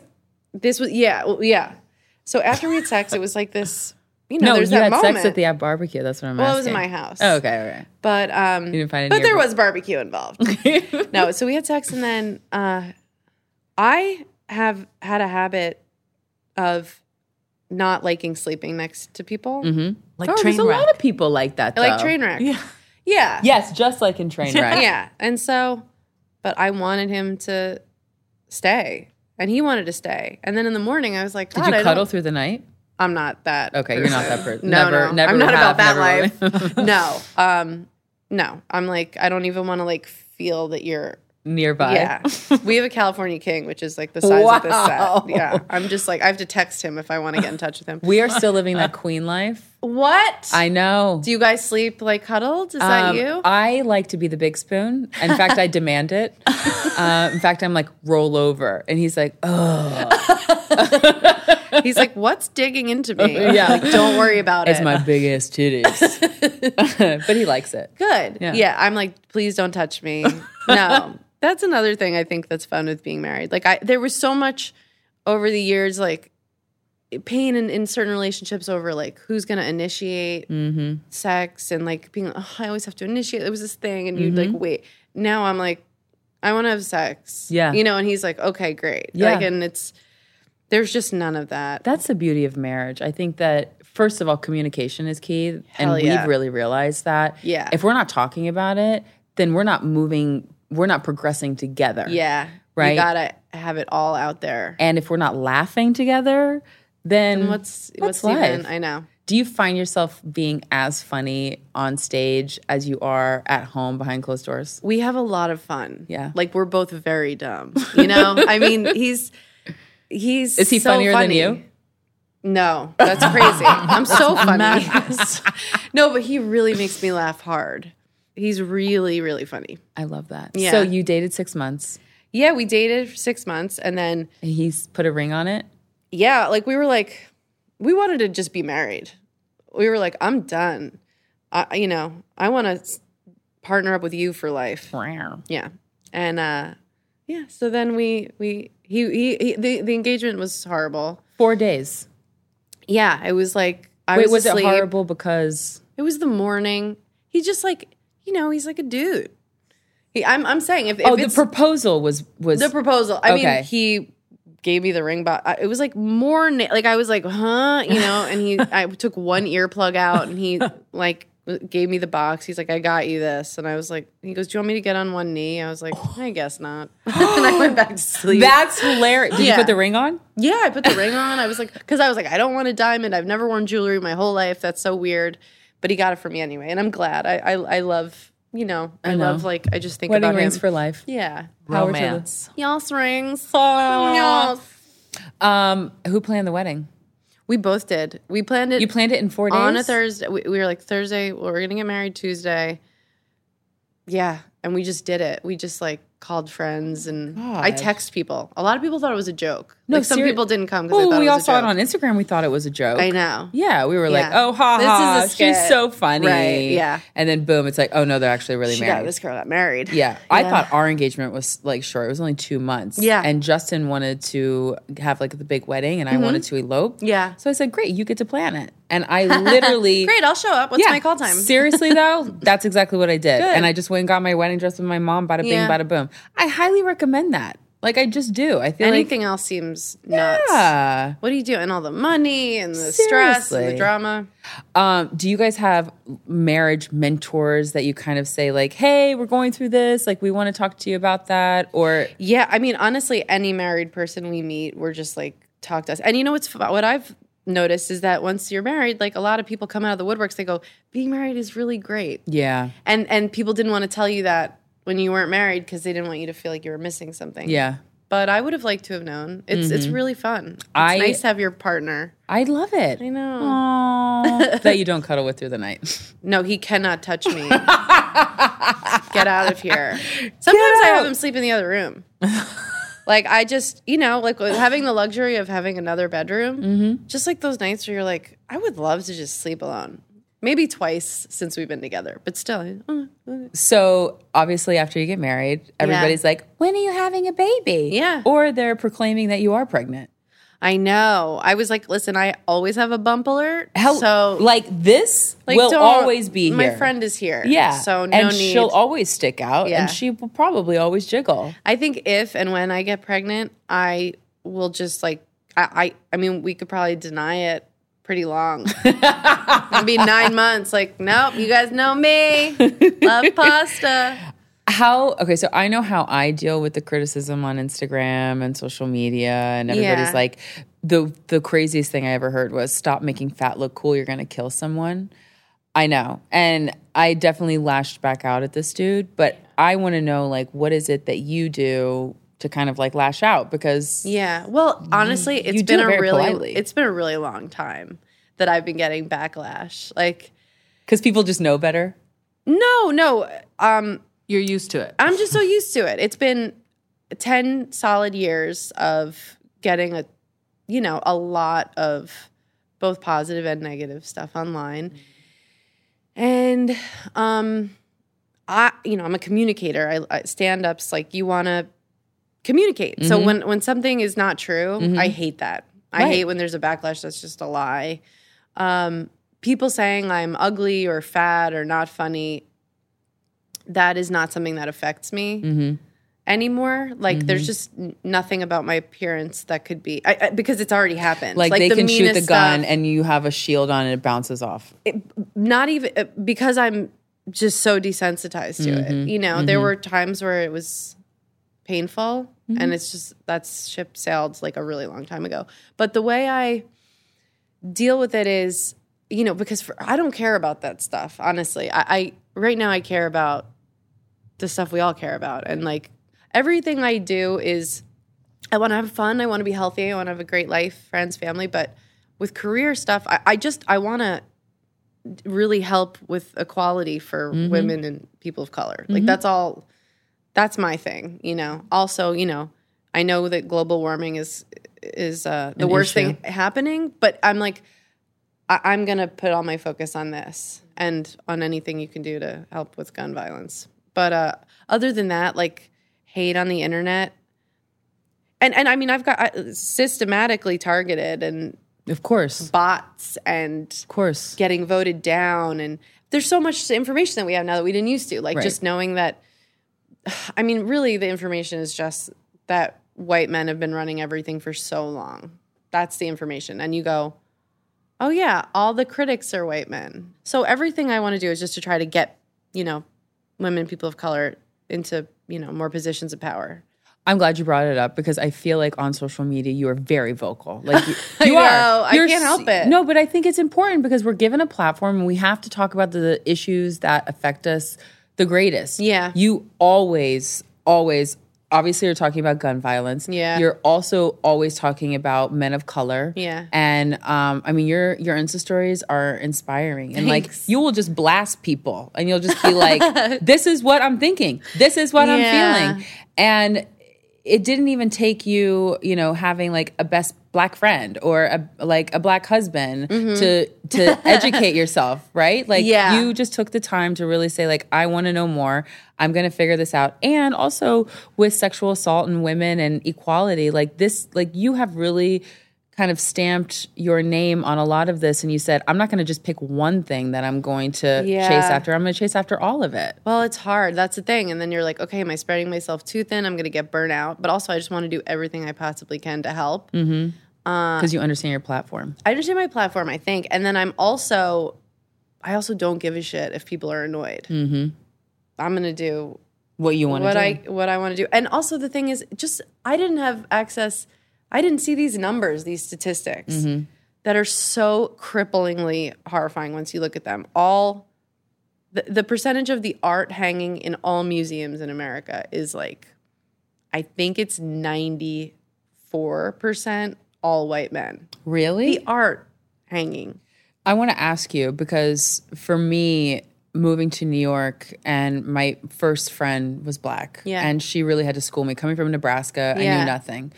S2: this was yeah well, yeah so after we had sex it was like this you know
S1: No, you
S2: there's that
S1: had
S2: moment
S1: sex at the barbecue. That's what I'm
S2: well, it was
S1: asking.
S2: in my house.
S1: Oh, okay,
S2: But um,
S1: You didn't find any
S2: but there
S1: of it.
S2: was barbecue involved.
S1: okay.
S2: no, so we had sex, and then uh, I have had a habit of not liking sleeping next to people,
S3: Like
S1: Oh,
S3: train
S1: there's a
S3: wreck.
S1: lot of people like that. Though.
S2: I like train wreck.
S3: Yeah.
S2: yeah,
S1: Yes, just like in train wreck.
S2: yeah. And so, but I wanted him to stay, and he wanted to stay. And then in the morning, I was like,
S1: Did
S2: God, I
S1: you cuddle
S2: don't-
S1: through the night?
S2: I'm not that.
S1: Okay, you're not that person.
S2: No,
S1: never,
S2: no,
S1: never.
S2: I'm not
S1: have,
S2: about that
S1: never will.
S2: life. no, um, no, I'm like, I don't even want to like feel that you're
S1: Nearby.
S2: Yeah. we have a California king, which is like the size of this
S1: Wow.
S2: set. Yeah. I'm just like, I have to text him if I want to get in touch with him.
S1: We are still living that queen life.
S2: What?
S1: I know.
S2: Do you guys sleep like cuddled? Is that
S1: Um,
S2: you?
S1: I like to be the big spoon. In fact, I demand it. Uh, in fact, I'm like, roll over. And he's like, oh,
S2: He's like, what's digging into me?
S1: Yeah.
S2: Like, don't worry about
S1: it's
S2: it.
S1: my big ass titties. but he likes it.
S2: Good.
S1: Yeah.
S2: Yeah. I'm like, please don't touch me. No. that's another thing I think that's fun with being married. Like I there was so much over the years, like pain in, in certain relationships over like who's gonna initiate
S1: Mm-hmm.
S2: sex and like being oh, I always have to initiate. It was this thing and you'd
S1: Mm-hmm.
S2: like wait. Now I'm like, I wanna have sex.
S1: Yeah.
S2: You know, and he's like, Okay, great.
S1: Yeah.
S2: Like and it's there's just none of that.
S1: That's the beauty of marriage. I think that, first of all, communication is key.
S2: Hell
S1: and
S2: yeah.
S1: we've really realized that.
S2: Yeah.
S1: If we're not talking about it, then we're not moving, we're not progressing together.
S2: yeah.
S1: Right.
S2: You gotta have it all out there.
S1: And if we're not laughing together, then
S2: And what's
S1: what's
S2: what's,
S1: life?
S2: even I know.
S1: Do you find yourself being as funny on stage as you are at home behind closed doors?
S2: we have a lot of fun.
S1: Yeah.
S2: Like we're both very dumb. You know? I mean, he's he's
S1: Is he
S2: so
S1: funnier than
S2: funny.
S1: you?
S2: No, that's crazy. I'm so funny. no, but he really makes me laugh hard. He's really, really funny.
S1: I love that.
S2: Yeah.
S1: So you dated six months.
S2: Yeah, we dated for six months and then
S1: and He's put a ring on it.
S2: yeah, like we were like, we wanted to just be married. We were like, I'm done. I, you know, I want to partner up with you for life. Yeah. And uh yeah, so then we we he he, he the, the engagement was horrible.
S1: Four days.
S2: Yeah, it was like I
S1: Wait,
S2: was,
S1: was it
S2: asleep.
S1: horrible because
S2: It was the morning. He just like, you know, he's like a dude. He, I'm I'm saying if, if
S1: oh the
S2: it's
S1: proposal was was
S2: the proposal. I
S1: Okay.
S2: mean, he gave me the ring, but I- it was like morning. Like I was like, huh, you know. And he, I took one earplug out, and he like w- gave me the box. He's like, I got you this, and I was like, he goes, do you want me to get on one knee? I was like, I guess not. and I went back to sleep.
S1: that's hilarious. Did you
S2: Yeah.
S1: put the ring on?
S2: yeah, I put the ring on. I was like, because I was like, I don't want a diamond. I've never worn jewelry my whole life. That's so weird. But he got it for me anyway, and I'm glad. I I, I love. You know, I,
S1: know.
S2: love like I just think
S1: Wedding
S2: about
S1: rings
S2: him.
S1: for life.
S2: yeah,
S1: Howard Taylor.
S3: Romance.
S2: yas rings,
S1: Oh.
S2: yas.
S1: Um, who planned the wedding?
S2: We both did. We planned it
S1: You planned it in four days.
S2: on a Thursday. We, we were like Thursday. We're gonna get married Tuesday. Yeah, and we just did it. We just like called friends and I
S1: God.
S2: text people. A lot of people thought it was a joke.
S1: No,
S2: like some
S1: seri-
S2: people didn't come because
S1: Well,
S2: thought
S1: we
S2: it was
S1: all
S2: a
S1: saw it
S2: joke.
S1: on Instagram. We thought it was a joke.
S2: I know.
S1: Yeah, we were like,
S2: Yeah.
S1: "Oh, ha
S2: This is
S1: ha,
S2: a skit.
S1: she's so funny."
S2: Right, yeah.
S1: and then boom, it's like, "Oh no, they're actually really
S2: She
S1: married."
S2: got this girl got married.
S1: Yeah, I thought our engagement was like short. It was only two months.
S2: Yeah.
S1: and Justin wanted to have like the big wedding, and I wanted to elope.
S2: Mm-hmm. Yeah.
S1: so I said, "Great, you get to plan it." And I literally
S2: Great, I'll show up. What's
S1: Yeah.
S2: my call time?
S1: Seriously though, that's exactly what I did, and I just went and got my wedding dress with my mom. Bada bing,
S2: Yeah.
S1: bada boom. I highly recommend that. Like, uh, I just do. I feel
S2: Anything else seems
S1: like.
S2: nuts.
S1: Yeah.
S2: What do you do? And all the money and the stress and
S1: Seriously.
S2: the drama.
S1: Um, do you guys have marriage mentors that you kind of say like, "Hey, we're going through this. Like, we want to talk to you about that," or
S2: Yeah, I mean, honestly, any married person we meet, we're just like talk to us. And you know what's fu- what I've noticed is that once you're married, like a lot of people come out of the woodworks. They go, "Being married is really great,"
S1: yeah,
S2: and and people didn't want to tell you that when you weren't married because they didn't want you to feel like you were missing something.
S1: yeah. Mm-hmm.
S2: but I would have liked to have known. It's it's really fun. It's
S1: I-
S2: nice to have your partner.
S1: I love it. I
S2: know.
S1: that you don't cuddle with through the night.
S2: No, he cannot touch me. Get out of here. Sometimes I have him sleep in the other room. like I just, you know, like having the luxury of having another bedroom.
S1: Mm-hmm.
S2: Just like those nights where you're like, I would love to just sleep alone. Maybe twice since we've been together, but still. uh,
S1: So obviously, after you get married, everybody's like, "When are you having a baby?"
S2: Yeah.
S1: or they're proclaiming that you are pregnant.
S2: I know. I was like, listen, I always have a bump alert.
S1: How
S2: so
S1: like this
S2: like,
S1: will
S2: don't-
S1: always be
S2: My
S1: here.
S2: friend is here.
S1: yeah.
S2: So no
S1: and
S2: need.
S1: she'll always stick out,
S2: Yeah.
S1: and she will probably always jiggle.
S2: I think if and when I get pregnant, I will just like I I, I mean we could probably deny it pretty long. It'd be nine months. Like, nope, you guys know me. Love pasta.
S1: How okay? So I know how I deal with the criticism on Instagram and social media, and everybody's
S2: Yeah.
S1: like, the the craziest thing I ever heard was, "Stop making fat look cool. You're gonna kill someone." I know, and I definitely lashed back out at this dude, but I want to know like, what is it that you do to kind of like lash out because
S2: Yeah. Well, honestly, it's
S1: you do
S2: been
S1: it
S2: a
S1: very
S2: really
S1: politely.
S2: it's been a really long time that I've been getting backlash. Like,
S1: because people just know better.
S2: no, no. Um,
S3: You're used to it.
S2: I'm just so used to it. It's been 10 solid years of getting a you know, a lot of both positive and negative stuff online. And um I you know, I'm a communicator. I, I stand-ups like you want to communicate. So when when something is not true, I hate that. I
S1: Mm-hmm. Right.
S2: hate when there's a backlash that's just a lie. Um people saying I'm ugly or fat or not funny that is not something that affects me
S1: Mm-hmm.
S2: anymore. Like, there's just n- nothing about my appearance that could be I, I, because it's already happened.
S1: Like, they can shoot the
S2: meanest
S1: gun,
S2: stuff-
S1: and you have a shield on, and it bounces off.
S2: not even uh, because I'm just so desensitized to it. You know, there were times where it was painful, and it's just that ship sailed like a really long time ago. But the way I deal with it is, you know, because for, I don't care about that stuff. Honestly, I, I right now I care about the stuff we all care about, and like everything I do is. I want to have fun. I want to be healthy. I want to have a great life, friends, family. But with career stuff, I, I just I want to really help with equality for women and people of color. Like that's all that's my thing, you know. Also, you know, I know that global warming is is uh, the worst
S1: issue.
S2: thing happening, but I'm like I, I'm gonna put all my focus on this and on anything you can do to help with gun violence. But uh, other than that, like hate on the internet, and and I mean I've got I, systematically targeted and
S1: Of course, of
S2: bots and
S1: course.
S2: getting voted down and there's so much information that we have now that we didn't used to like
S1: Right.
S2: just knowing that i mean really the information is just that white men have been running everything for so long that's the information and you go oh yeah all the critics are white men so everything i want to do is just to try to get you know women people of color into you know more positions of power
S1: I'm glad you brought it up because I feel like on social media you are very vocal. Like you,
S2: I
S1: you
S2: know.
S1: are.
S2: I
S1: You're
S2: can't
S1: s-
S2: help it.
S1: No, but I think it's important because we're given a platform and we have to talk about the issues that affect us the greatest.
S2: Yeah.
S1: You always, always obviously you're talking about gun violence.
S2: Yeah.
S1: You're also always talking about men of color.
S2: Yeah.
S1: And um, I mean your your Insta stories are inspiring. And like
S3: Thanks.
S1: you will just blast people and you'll just be like, This is what I'm thinking. This is what
S2: Yeah.
S1: I'm feeling. And it didn't even take you, you know, having like a best black friend or a like a black husband to to educate yourself, right? Like
S2: Mm-hmm. Yeah.
S1: you just took the time to really say like I want to know more. I'm going to figure this out. And also with sexual assault and women and equality, like this like you have really kind of stamped your name on a lot of this and you said I'm not going to just pick one thing that I'm going to
S2: Yeah.
S1: chase after. I'm going to chase after all of it.
S2: Well, it's hard. That's the thing. And then you're like, okay, am I spreading myself too thin? I'm going to get burnt out. But also, I just want to do everything I possibly can to help. Uh.
S1: Cuz you understand your platform.
S2: I understand my platform, I think. And then I'm also, I also don't give a shit if people are annoyed. Mm-hmm. I'm going to do
S1: What you want to
S2: what
S1: do.
S2: I what I want to do. And also the thing is just I didn't have access I didn't see these numbers, these statistics
S1: Mm-hmm.
S2: that are so cripplingly horrifying once you look at them. All the, the percentage of the art hanging in all museums in America is like I think it's 94% all white men.
S1: really?
S2: The art hanging.
S1: I want to ask you because for me, moving to New York and my first friend was black.
S2: Yeah.
S1: And she really had to school me. Coming from Nebraska, I
S2: Yeah.
S1: knew nothing.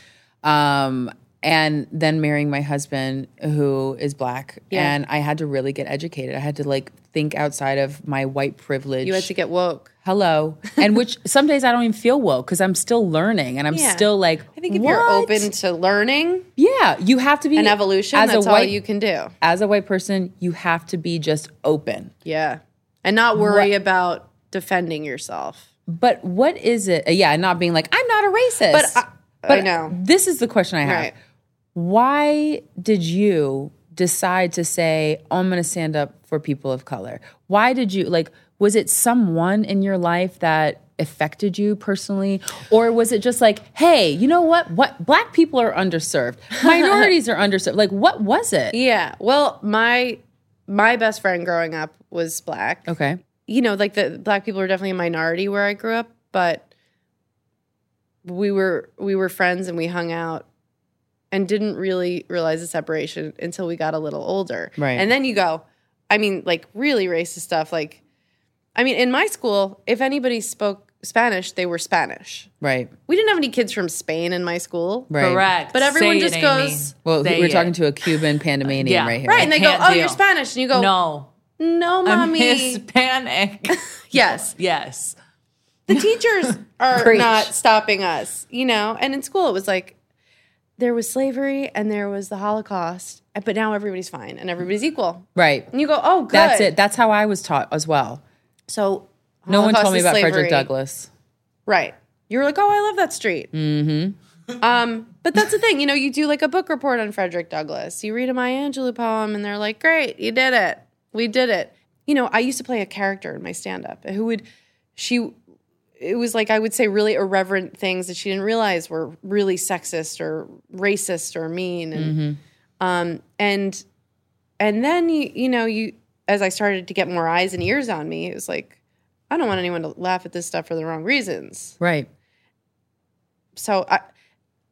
S1: Um, and then marrying my husband who is black.
S2: Yeah.
S1: And I had to really get educated. I had to like think outside of my white privilege.
S2: You had to get woke.
S1: Hello. And which some days I don't even feel woke because I'm still learning and I'm
S2: Yeah.
S1: still like,
S2: I think if you're
S1: "What?"
S2: open to learning
S1: Yeah. You have to be
S2: and evolution,
S1: as
S2: that's
S1: a white
S2: all you can do.
S1: as a white person, you have to be just open.
S2: Yeah. And not worry about defending yourself.
S1: But what is it? uh, Yeah, not being like I'm not a racist.
S2: But I- I know.
S1: this is the question I have.
S2: Right.
S1: Why did you decide to say "Oh, I'm going to stand up for people of color? Why did you like? Was it someone in your life that affected you personally, or was it just like, hey, you know what? What black people are underserved, minorities are underserved. Like, what was it?
S2: Yeah. Well, my my best friend growing up was black.
S1: Okay,
S2: You know, like the black people were definitely a minority where I grew up, but we were we were friends and we hung out and didn't really realize the separation until we got a little older.
S1: Right.
S2: And then you go, I mean, like really racist stuff like I mean, in my school, if anybody spoke Spanish, they were Spanish.
S1: right,
S2: We didn't have any kids from Spain in my school.
S1: right.
S3: Correct.
S2: But everyone
S3: Say it,
S2: just goes-
S3: Amy.
S1: Well,
S3: Say
S1: we're
S3: it.
S1: talking to a Cuban pandemanian
S3: Yeah.
S1: right here.
S2: Right. And
S3: I
S2: they go,
S3: can't
S2: Oh,
S3: do.
S2: you're Spanish. And you go,
S3: No,
S2: No,
S3: I'm
S2: mommy.
S3: Hispanic.
S2: yes.
S3: yes.
S2: The teachers are not stopping us, you know? And in school, it was like there was slavery and there was the Holocaust, but now everybody's fine and everybody's equal.
S1: right.
S2: And you go, Oh, good.
S1: That's it. That's how I was taught as well.
S2: So
S1: No one
S2: Holocaust
S1: told me
S2: is
S1: about
S2: slavery.
S1: Frederick Douglass.
S2: Right. You were like, Oh, I love that street. Mm-hmm. Um, but that's the thing, you know, you do like a book report on Frederick Douglass. You read a Maya Angelou poem and they're like, Great, you did it. We did it. You know, I used to play a character in my stand up who would she it was like I would say really irreverent things that she didn't realize were really sexist or racist or mean and um and and then you you know you as I started to get more eyes and ears on me it was like I don't want anyone to laugh at this stuff for the wrong reasons
S1: Right.
S2: so I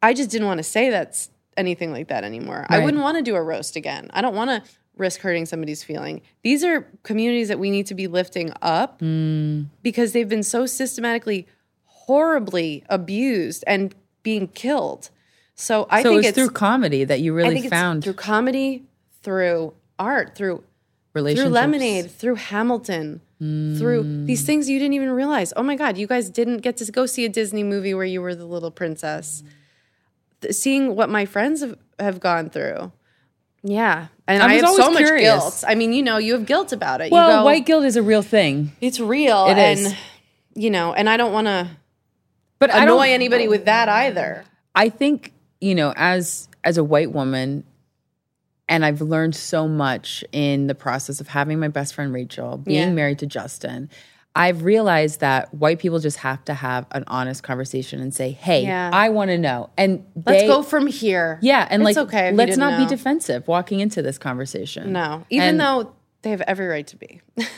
S2: I just didn't want to say that's anything like that anymore. I
S1: Right.
S2: wouldn't want to do a roast again. I don't want to risk hurting somebody's feeling. These are communities that we need to be lifting up
S1: Mm.
S2: Mm. because they've been so systematically horribly abused and being killed. So I
S1: so it
S2: think
S1: was
S2: it's
S1: through comedy that you
S2: I
S1: really
S2: think
S1: found
S2: it's through comedy, through art, through through
S1: relationships.
S2: lemonade, through Hamilton,
S1: Mm.
S2: through these things you didn't even realize. Oh my God, you guys didn't get to go see a Disney movie where you were the little princess. Th- seeing what my friends have, have gone through. Yeah. And
S1: I
S2: I,
S1: was
S2: have so
S1: always
S2: much
S1: curious.
S2: guilt. I mean, you know, you have guilt about it. you
S1: Well,
S2: go,
S1: white guilt is a real thing,
S2: it's real.
S1: It
S2: and,
S1: is.
S2: you know, and I don't want to
S1: but I don't.
S2: annoy anybody with that either.
S1: I think you know, as as a white woman, and I've learned so much in the process of having my best friend Rachel, being
S2: Yeah.
S1: married to Justin. I've realized that white people just have to have an honest conversation and say, "Hey,
S2: Yeah.
S1: I want to know." And
S2: Let's
S1: they-
S2: go from here.
S1: Yeah, and like,
S2: it's okay if you
S1: let's
S2: didn't
S1: not
S2: know.
S1: be defensive walking into this conversation.
S2: No, even
S1: And-
S2: though they have every right to be.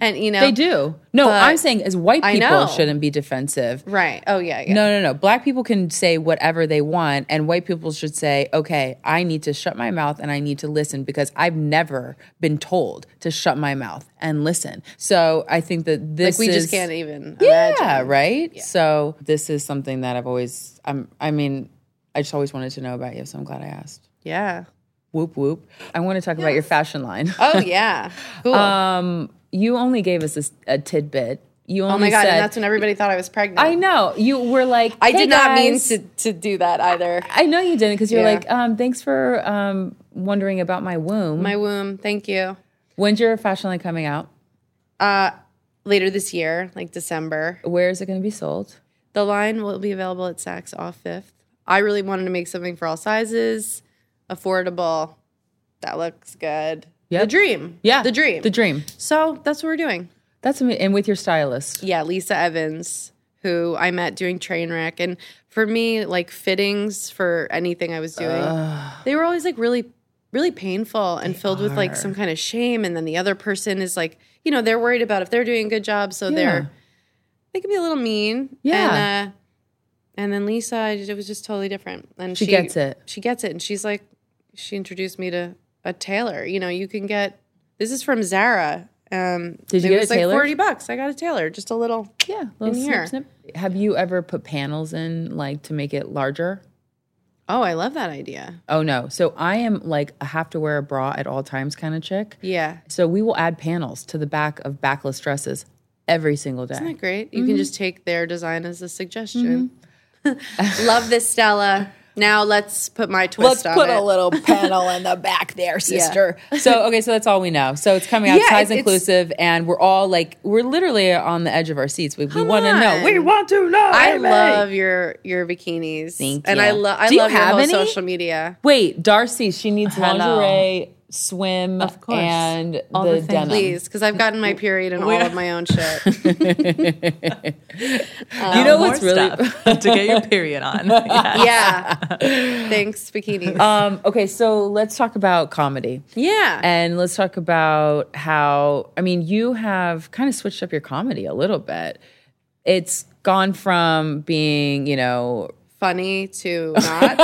S2: And you know,
S1: They do. No,
S2: But-
S1: I'm saying as white
S2: I
S1: people
S2: know.
S1: shouldn't be defensive.
S2: Right. Oh yeah. yeah.
S1: No, no, no. Black people can say whatever they want, and white people should say, okay, I need to shut my mouth and I need to listen because I've never been told to shut my mouth and listen. So I think that this
S2: like we
S1: is-
S2: just can't even.
S1: yeah,
S2: imagine.
S1: right? So this is something that I've always, I'm, I mean, I just always wanted to know about you, so I'm glad I asked.
S2: Yeah.
S1: Whoop, whoop. I want to talk about your fashion line.
S2: Oh yeah. Cool.
S1: you only gave us a, s- a tidbit. You only
S2: oh my god!
S1: said,
S2: and that's when everybody thought I was pregnant.
S1: I know. You were like,
S2: I
S1: "Hey,
S2: did not mean
S1: guys."
S2: to, to do that either.
S1: I know you didn't because you're
S2: Yeah.
S1: like, um, thanks for um, wondering about my womb.
S2: My womb. Thank you.
S1: When's your fashion line coming out?
S2: Later this year, like December,
S1: Where is it going to be sold?
S2: the line will be available at Saks off Fifth. I really wanted to make something for all sizes, affordable. That looks good. The
S1: Yep.
S2: dream. The dream.
S1: The dream.
S2: So that's what we're doing.
S1: That's ama- and with your stylist.
S2: Yeah, Lisa Evans, who I met doing Trainwreck. And for me, like fittings for anything I was doing, they were always like really, really painful and filled with like some kind of shame. And then the other person is like, you know, they're worried about if they're doing a good job. So they're, they can be a little mean.
S1: Yeah.
S2: And, uh, and then Lisa, I- it was just totally different. And
S1: She gets it.
S2: She gets it. And she's like, she introduced me to a tailor. You know, you can get, this is from Zara. Um,
S1: Did you
S2: it
S1: get it
S2: was like
S1: tailored?
S2: 40 bucks. I got a tailor, just a little.
S1: Yeah. Little
S2: In
S1: snip,
S2: here.
S1: snip. Have you ever put panels in like to make it larger?
S2: Oh, I love that idea.
S1: Oh no. So I am like a have to wear a bra at all times kind of chick.
S2: Yeah.
S1: So we will add panels to the back of backless dresses every single day.
S2: Isn't that great? You
S1: Mm-hmm.
S2: can just take their design as a suggestion.
S1: Mm-hmm.
S2: love this, Stella. Now let's put my twist on it.
S1: little panel in the back there,
S2: sister.
S1: so okay, so that's all we know. So it's coming out
S2: Yeah,
S1: size
S2: it's-
S1: inclusive, and we're all like, we're literally on the edge of our seats. We, we want to know.
S2: on.
S1: We want to know.
S2: I
S1: Amy!
S2: love your your bikinis.
S1: Thank
S2: And I
S1: you.
S2: love I
S1: Do you
S2: love your
S1: have
S2: whole
S1: any?
S2: social media.
S1: Wait, Darcy, she needs
S3: Hello.
S1: lingerie, swim,
S3: Of course.
S1: and
S3: All
S1: the,
S3: the things.
S1: denim.
S2: Please, because I've gotten my period and all of my own shit.
S1: You
S2: uh,
S1: know what's
S3: More
S1: really
S3: stuff to get your period on. Yeah.
S2: yeah. Thanks, bikinis.
S1: um, okay. So let's talk about comedy,
S2: yeah.
S1: and let's talk about how I mean, you have kind of switched up your comedy a little bit. It's gone from being, you know,
S2: Funny to not.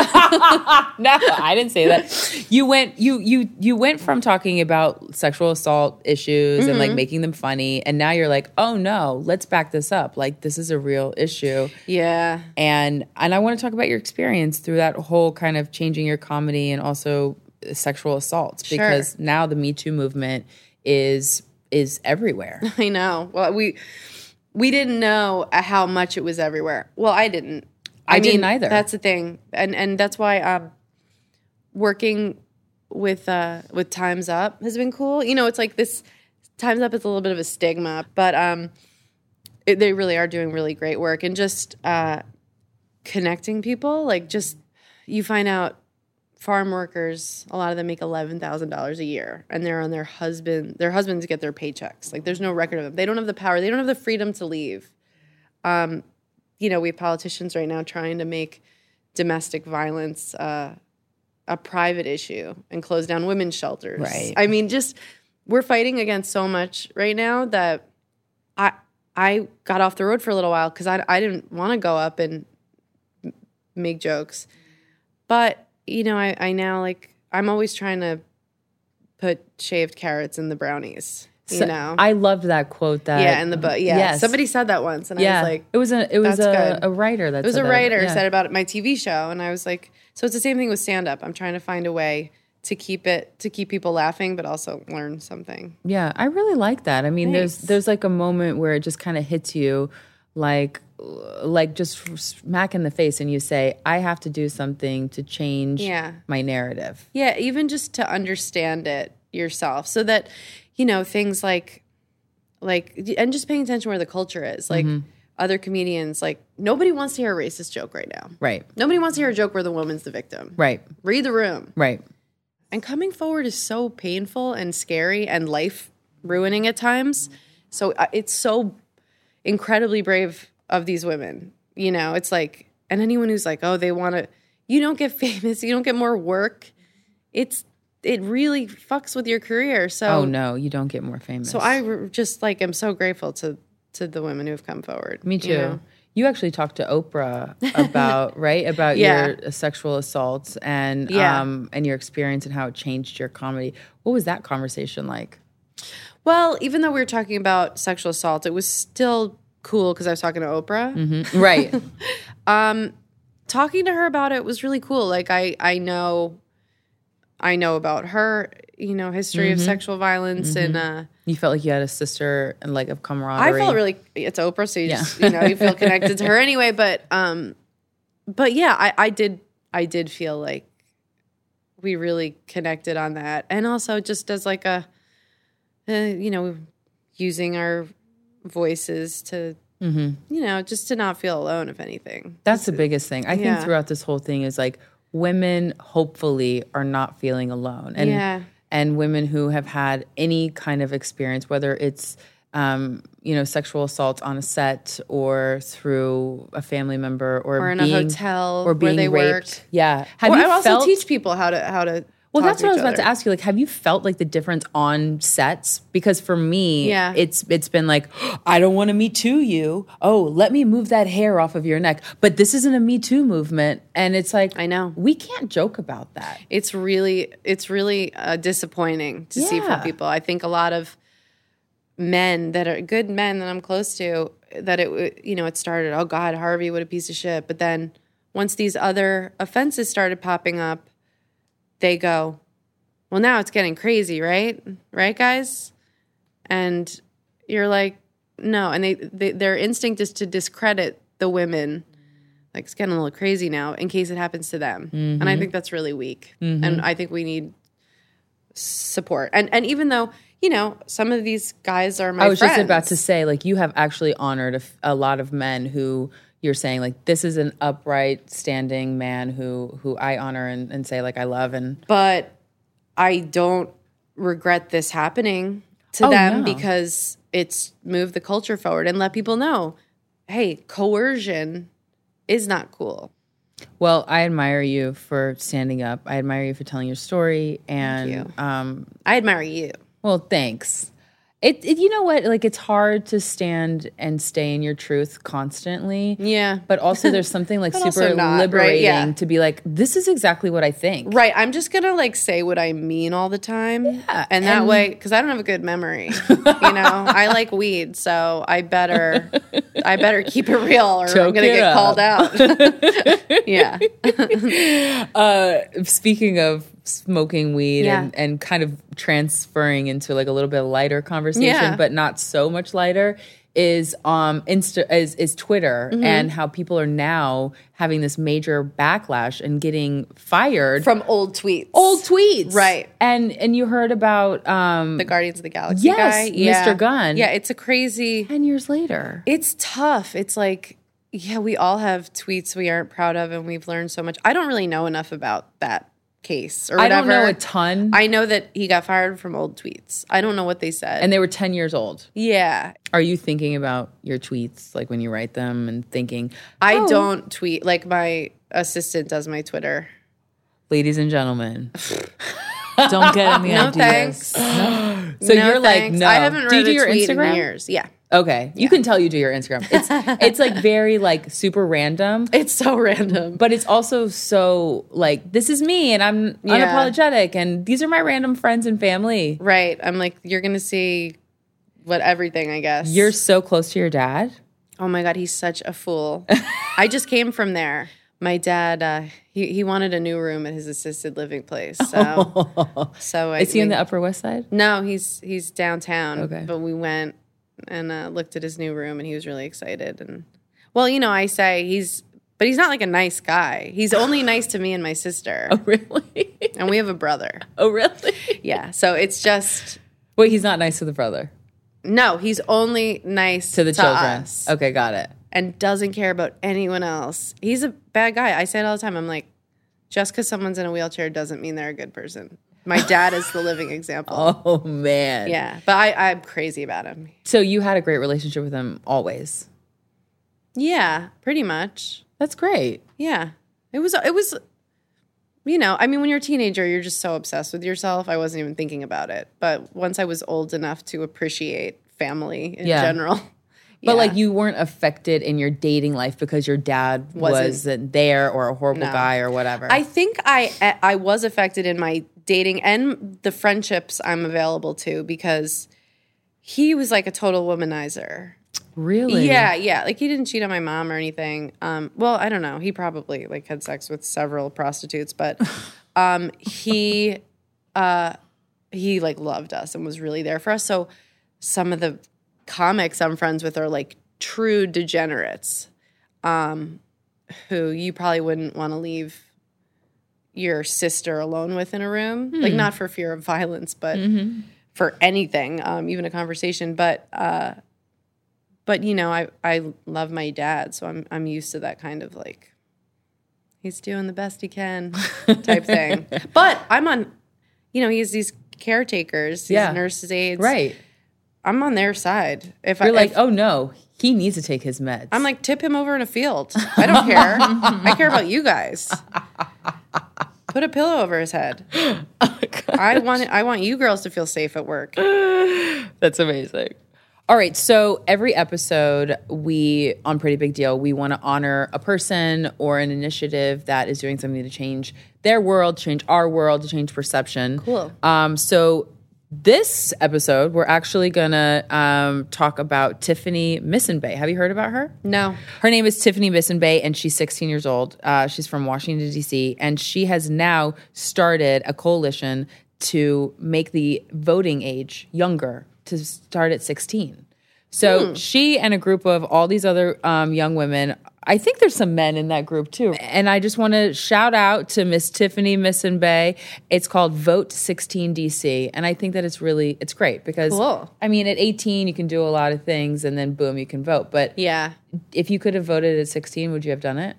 S1: no, I didn't say that. You went you you you went from talking about sexual assault issues and
S2: Mm-hmm.
S1: like making them funny and now you're like, "Oh no, let's back this up. Like this is a real issue."
S2: yeah.
S1: And and I want to talk about your experience through that whole kind of changing your comedy and also sexual assaults because now the Me Too movement is is everywhere.
S2: I know. Well, we we didn't know uh, how much it was everywhere. Well, I didn't. I,
S1: didn't either.
S2: That's the thing, and and that's why um, working with uh, with Times Up has been cool. You know, it's like this Times Up is a little bit of a stigma, but um, it, they really are doing really great work and just uh, connecting people. Like, just you find out farm workers, a lot of them make eleven thousand dollars a year, and they're on their husband. Their husbands get their paychecks. Like there's no record of them. They don't have the power. They don't have the freedom to leave. Um, you know, we have politicians right now trying to make domestic violence uh, a private issue and close down women's shelters.
S1: Right.
S2: I mean, just we're fighting against so much right now that I I got off the road for a little while because I I didn't want to go up and m- make jokes but you know I, I now like i'm always trying to put shaved carrots in the brownies you
S1: So
S2: know
S1: I loved that quote that
S2: yeah in the book yeah
S1: Yes.
S2: somebody said that once and i
S1: yeah,
S2: was like
S1: it was a it was
S2: that's
S1: a,
S2: good.
S1: a writer that
S2: it was a
S1: said that.
S2: writer
S1: Yeah.
S2: said about my tv show and i was like so it's the same thing with stand up i'm trying to find a way to keep it to keep people laughing but also learn something
S1: Yeah, I really like that. I mean, there's
S2: Thanks.
S1: there's like a moment where it just kind of hits you like like just smack in the face and you say, "I have to do something to change
S2: Yeah.
S1: my narrative."
S2: Yeah, even just to understand it yourself so that you know things like like and just paying attention where the culture is. Like other comedians like nobody wants to hear a racist joke right now.
S1: Right.
S2: Nobody wants to hear a joke where the woman's the victim.
S1: Right.
S2: Read the room.
S1: Right.
S2: And coming forward is so painful and scary and life ruining at times. So uh, it's so incredibly brave of these women. You know, it's like, and anyone who's like, oh, they want to, you don't get famous, you don't get more work. It's it really fucks with your career. So
S1: Oh no, you don't get more famous.
S2: So I re- just like am so grateful to to the women who have come forward.
S1: Me
S2: you
S1: too. You,
S2: know?
S1: actually talked to Oprah about right about
S2: Yeah.
S1: your sexual assaults and
S2: Yeah.
S1: um and your experience and how it changed your comedy. What was that conversation like?
S2: Well, even though we were talking about sexual assault, it was still cool because I was talking to Oprah.
S1: Mm-hmm. Right.
S2: Talking to her about it was really cool. Like I I know I know about her, you know, history
S1: Mm-hmm.
S2: of sexual violence and uh
S1: you felt like you had a sister and like of
S2: I
S1: camaraderie.
S2: felt really it's Oprah, so you just you know you feel connected to her anyway. But um, but yeah, I I did I did feel like we really connected on that, and also just as like a uh, you know using our voices to
S1: Mm-hmm.
S2: you know just to not feel alone if anything.
S1: That's the biggest thing. I
S2: Yeah.
S1: think throughout this whole thing is like women hopefully are not feeling alone. And
S2: Yeah.
S1: and women who have had any kind of experience, whether it's um, you know, sexual assault on a set or through a family member or,
S2: Or in a
S1: being,
S2: hotel
S1: or
S2: where
S1: being
S2: they work.
S1: raped. Yeah. Have
S2: Or
S1: you
S2: I also
S1: felt-
S2: teach people how to how to.
S1: Well,
S2: talk
S1: that's what I was
S2: each
S1: about
S2: other.
S1: to ask you. Like, have you felt like the difference on sets? Because for me,
S2: Yeah.
S1: it's it's been like, I don't want to me too you. Oh, let me move that hair off of your neck. But this isn't a me too movement, and it's like
S2: I know.
S1: we can't joke about that.
S2: it's really it's really uh, disappointing to see for
S1: Yeah.
S2: people. I think a lot of men that are good men that I'm close to that it w- you know it started oh god Harvey what a piece of shit but then once these other offenses started popping up they go well now it's getting crazy right right guys and you're like no and they, they their instinct is to discredit the women like it's getting a little crazy now in case it happens to them and
S1: Mm-hmm.
S2: i think that's really weak and i think we need support and and even though you know some of these guys are my
S1: I was just about
S2: friends.
S1: to say, like, you have actually honored a, f- a lot of men who you're saying like this is an upright, standing man who who I honor and, and say like I love and
S2: but I don't regret this happening to
S1: Oh,
S2: them
S1: no.
S2: because it's moved the culture forward and let people know, hey, coercion is not cool.
S1: Well, I admire you for standing up. I admire you for telling your story, and um,
S2: I admire you.
S1: well, thanks. It, it, you know what? Like, it's hard to stand and stay in your truth constantly.
S2: Yeah.
S1: But also, there's something like
S2: also
S1: super
S2: not, right?
S1: liberating
S2: Yeah.
S1: to be like, this is exactly what I think.
S2: Right. I'm just gonna like say what I mean all the time. Yeah. And that way, because I don't have a good memory. you know, I like weed, so I better I better keep it real or I'm
S1: Choke
S2: gonna
S1: it
S2: get
S1: up.
S2: called out. yeah.
S1: Uh, Speaking of smoking weed
S2: Yeah.
S1: and, and kind of transferring into like a little bit lighter conversation,
S2: Yeah.
S1: but not so much lighter is um insta is, is twitter
S2: Mm-hmm.
S1: and how people are now having this major backlash and getting fired
S2: From old tweets.
S1: old tweets
S2: Right.
S1: and and you heard about um
S2: the Guardians of the Galaxy
S1: Yes,
S2: guy.
S1: Mr. Gunn.
S2: Yeah, it's a crazy
S1: 10 years later
S2: it's tough. It's like, yeah, we all have tweets we aren't proud of, and we've learned so much. I don't really know enough about that case or
S1: i
S2: whatever.
S1: don't know a ton
S2: I know that he got fired from old tweets. I don't know what they said.
S1: and they were 10 years old
S2: yeah,
S1: are you thinking about your tweets like when you write them and thinking
S2: I
S1: "Oh,
S2: don't tweet like my assistant does my Twitter.
S1: ladies and gentlemen
S3: Don't get any
S2: No
S3: ideas.
S2: thanks.
S1: so
S2: No
S1: you're like
S2: thanks.
S1: no
S2: I haven't read
S1: do you do
S2: a
S1: your
S2: tweet
S1: instagram
S2: in years. Yeah,
S1: Okay, you can tell you do your Instagram. It's it's like very like super random,
S2: it's so random.
S1: but it's also so like this is me and I'm
S2: Yeah.
S1: unapologetic and these are my random friends and family.
S2: Right? I'm like, you're gonna see what everything. I guess
S1: You're so close to your dad.
S2: Oh my God, he's such a fool. I just came from there. My dad, uh, he, he wanted a new room at his assisted living place. So, so I,
S1: Is he in
S2: we-
S1: the Upper West Side?
S2: No, he's he's downtown.
S1: Okay.
S2: But we went and uh, looked at his new room, and he was really excited. And well, you know, I say he's, but he's not like a nice guy. He's only nice to me and my sister,
S1: Really?
S2: and we have a brother.
S1: oh, really?
S2: Yeah. So it's just
S1: Wait, he's not nice to the brother,
S2: no, he's only nice
S1: to the children.
S2: us.
S1: Okay, got it.
S2: and doesn't care about anyone else. He's a bad guy. I say it all the time. I'm like, just because someone's in a wheelchair doesn't mean they're a good person. My dad is the living example.
S1: Oh man.
S2: Yeah, but I, I'm crazy about him.
S1: So you had a great relationship with him always.
S2: Yeah, pretty much.
S1: That's great.
S2: Yeah, it was it was you know, I mean, when you're a teenager, you're just so obsessed with yourself. I wasn't even thinking about it. But once I was old enough to appreciate family in
S1: Yeah.
S2: general,
S1: But
S2: yeah.
S1: like you weren't affected in your dating life because your dad
S2: Wasn't.
S1: wasn't there or a horrible
S2: No.
S1: guy or whatever.
S2: I think I I was affected in my dating and the friendships I'm available to because he was like a total womanizer.
S1: really?
S2: Yeah, yeah. Like he didn't cheat on my mom or anything. Um, well, I don't know. He probably like had sex with several prostitutes, but um, he uh, he like loved us and was really there for us. So some of the comics I'm friends with are like true degenerates, um, who you probably wouldn't want to leave your sister alone with in a room,
S1: Hmm.
S2: like not for fear of violence, but
S1: Mm-hmm.
S2: for anything, um, even a conversation. But uh, but you know, I I love my dad, so I'm I'm used to that kind of like he's doing the best he can type thing. But I'm on, you know, he has these caretakers, these
S1: Yeah.
S2: nurses aides,
S1: Right.
S2: I'm on their side. If I
S1: You're like,
S2: if-
S1: oh no, he needs to take his meds.
S2: I'm like, tip him over in a field. I don't care. I care about you guys. Put a pillow over his head.
S1: Oh
S2: I want I want you girls to feel safe at work.
S1: That's amazing. All right, so every episode we on Pretty Big Deal, we want to honor a person or an initiative that is doing something to change their world, change our world, to change perception.
S2: Cool.
S1: Um, so this episode, we're actually gonna um, talk about Tiffany Missenbay. Have you heard about her?
S2: No.
S1: Her name is Tiffany Missenbay, and she's 16 years old. Uh, she's from Washington, D.C., and she has now started a coalition to make the voting age younger to start at 16. So she and a group of all these other um, young women, I think there's some men in that group too. And I just want to shout out to Miss Tiffany Missenbay. It's called Vote 16 DC, and I think that it's really it's great because
S2: Cool.
S1: I mean at 18 you can do a lot of things, and then boom you can vote. But
S2: Yeah.
S1: if you could have voted at 16, would you have done it?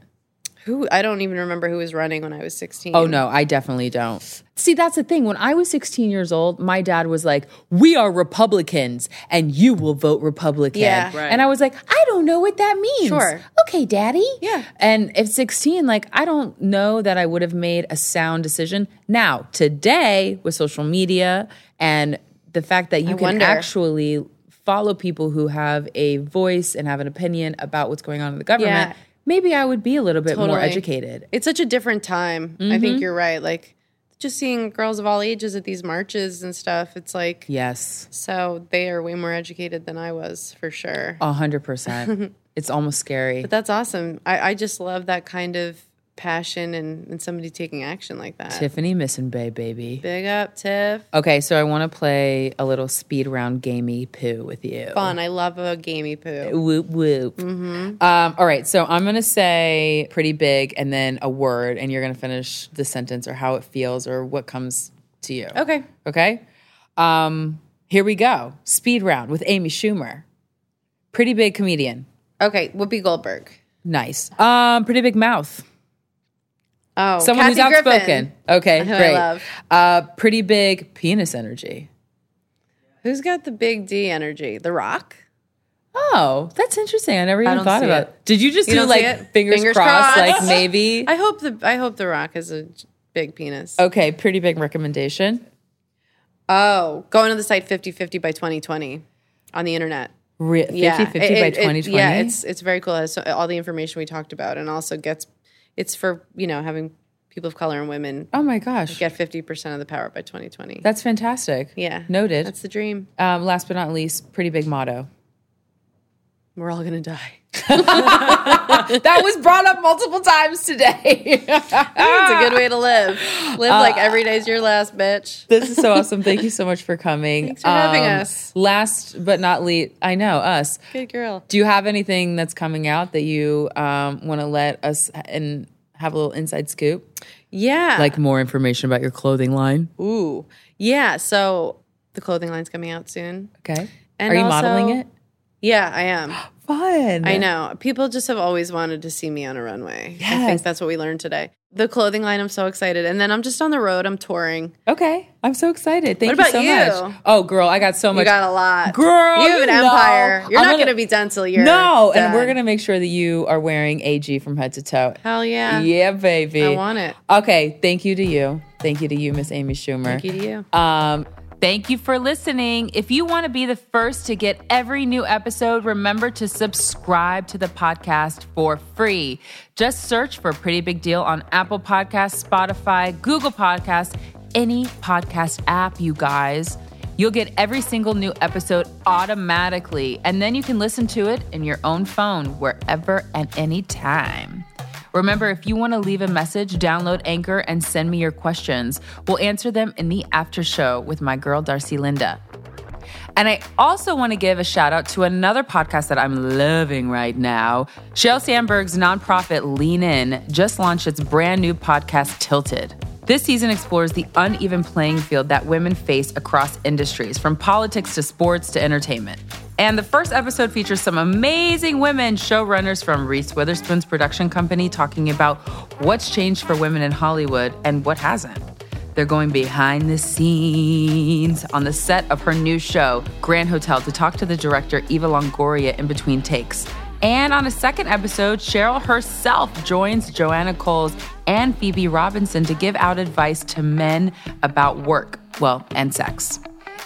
S2: Who I don't even remember who was running when I was 16.
S1: Oh no, I definitely don't. See, that's the thing. When I was 16 years old, my dad was like, "We are Republicans, and you will vote Republican."
S2: Yeah.
S1: And I was like, "I don't know what that means."
S2: Sure.
S1: Okay, Daddy.
S2: Yeah.
S1: And at 16, like, I don't know that I would have made a sound decision. Now, today, with social media and the fact that you
S2: I
S1: can
S2: wonder.
S1: actually follow people who have a voice and have an opinion about what's going on in the government,
S2: Yeah.
S1: maybe I would be a little bit more
S2: Totally.
S1: educated.
S2: It's such a different time. I
S1: Mm-hmm.
S2: think you're right. Like just seeing girls of all ages at these marches and stuff, it's like
S1: Yes.
S2: so they are way more educated than I was for sure.
S1: A hundred percent. It's almost scary.
S2: But that's awesome. I, I just love that kind of passion and, and somebody taking action like that.
S1: Tiffany missing Bay baby.
S2: Big up, Tiff.
S1: Okay, so I want to play a little speed round gamey poo with you.
S2: Fun. Mm-hmm. I love a gamey poo.
S1: Whoop whoop. Um, all right, so I'm gonna say pretty big and then a word, and you're gonna finish the sentence or how it feels or what comes to you.
S2: Okay.
S1: Okay. Um, here we go. Speed round with Amy Schumer. Pretty big comedian.
S2: Okay. Whoopi Goldberg.
S1: Nice. Um, pretty big mouth.
S2: Oh,
S1: Someone who's
S2: Kathy Griffin,
S1: outspoken. Okay,
S2: who
S1: great.
S2: I love.
S1: Uh, pretty big penis energy.
S2: Who's got the big D energy? The Rock.
S1: Oh, that's interesting. I never even
S3: don't
S1: thought
S3: see
S1: about. Did you just
S2: You
S1: do
S2: don't see
S1: like
S2: it?
S1: fingers,
S2: Fingers
S1: crossed,
S2: crossed.
S1: Like maybe.
S2: I hope the I hope the Rock has a j- big penis. Oh,
S1: okay, pretty big recommendation.
S2: Oh, going to the site 50-50 by twenty twenty on the internet.
S1: Re- 50
S2: Yeah,
S1: 50
S2: It-
S1: by
S2: it- it-
S1: 2020.
S2: yeah, it's it's very cool. It has so- uh, all the information we talked about, and also gets it's for you know having people of color and women
S1: oh my gosh.
S2: get fifty percent of the power by twenty twenty.
S1: That's fantastic.
S2: Yeah,
S1: Noted.
S2: That's the dream.
S1: um, last but not least, pretty big motto.
S2: We're all gonna die.
S1: That was brought up multiple times today.
S2: It's a good way to live. Live like
S1: Uh,
S2: every day's your last, bitch.
S1: this is so awesome. Thank you so much for coming. Uh,
S2: Thanks for having
S1: um,
S2: us.
S1: Last but not least, I know us.
S2: Good girl.
S1: Do you have anything that's coming out that you um, want to let us and have a little inside scoop?
S2: Yeah.
S1: like more information about your clothing line.
S2: ooh, yeah. So the clothing line's coming out soon.
S1: Okay.
S2: And
S1: Are you
S2: also-
S1: modeling it?
S2: Yeah, I am.
S1: fun.
S2: I know. People just have always wanted to see me on a runway. I
S1: Yes.
S2: think that's what we learned today. The clothing line, I'm so excited. And then I'm just on the road, I'm touring.
S1: Okay. I'm so excited. Thank
S2: What
S1: you
S2: about
S1: so
S2: you?
S1: much. Oh, girl, I got so
S2: You
S1: much.
S2: got a lot.
S1: Girl,
S2: you have
S1: you
S2: an
S1: know.
S2: empire. You're
S1: I'm
S2: not
S1: gonna-
S2: going to be dental. You're
S1: no, Oh, and we're
S2: done.
S1: going to make sure that you are wearing AG from head to toe.
S2: Hell yeah.
S1: Yeah, baby.
S2: I want it.
S1: Okay, thank you to you. Thank you to you, Miss Amy Schumer.
S2: Thank you to you.
S1: Um, Thank you for listening. If you want to be the first to get every new episode, remember to subscribe to the podcast for free. Just search for Pretty Big Deal on Apple Podcasts, Spotify, Google Podcasts, any podcast app, you guys. You'll get every single new episode automatically, and then you can listen to it in your own phone wherever and any time. Remember, if you want to leave a message, download Anchor and send me your questions. We'll answer them in the after show with my girl, Darcy Linda. And I also want to give a shout out to another podcast that I'm loving right now. Sheryl Sandberg's nonprofit Lean In just launched its brand new podcast, Tilted. This season explores the uneven playing field that women face across industries, from politics to sports to entertainment. And the first episode features some amazing women showrunners from Reese Witherspoon's production company talking about what's changed for women in Hollywood and what hasn't. They're going behind the scenes on the set of her new show, Grand Hotel, to talk to the director, Eva Longoria, in between takes. And on a second episode, Cheryl herself joins Joanna Coles and Phoebe Robinson to give out advice to men about work, well, and sex.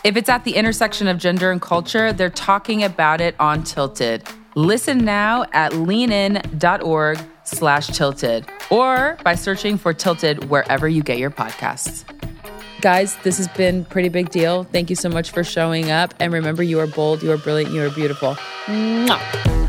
S1: If it's at the intersection of gender and culture, they're talking about it on Tilted. Listen now at leanin.org slash tilted or by searching for Tilted wherever you get your podcasts.
S6: Guys, this has been pretty big deal. Thank you so much for showing up. And remember, you are bold, you are brilliant, you are beautiful.
S1: Mwah.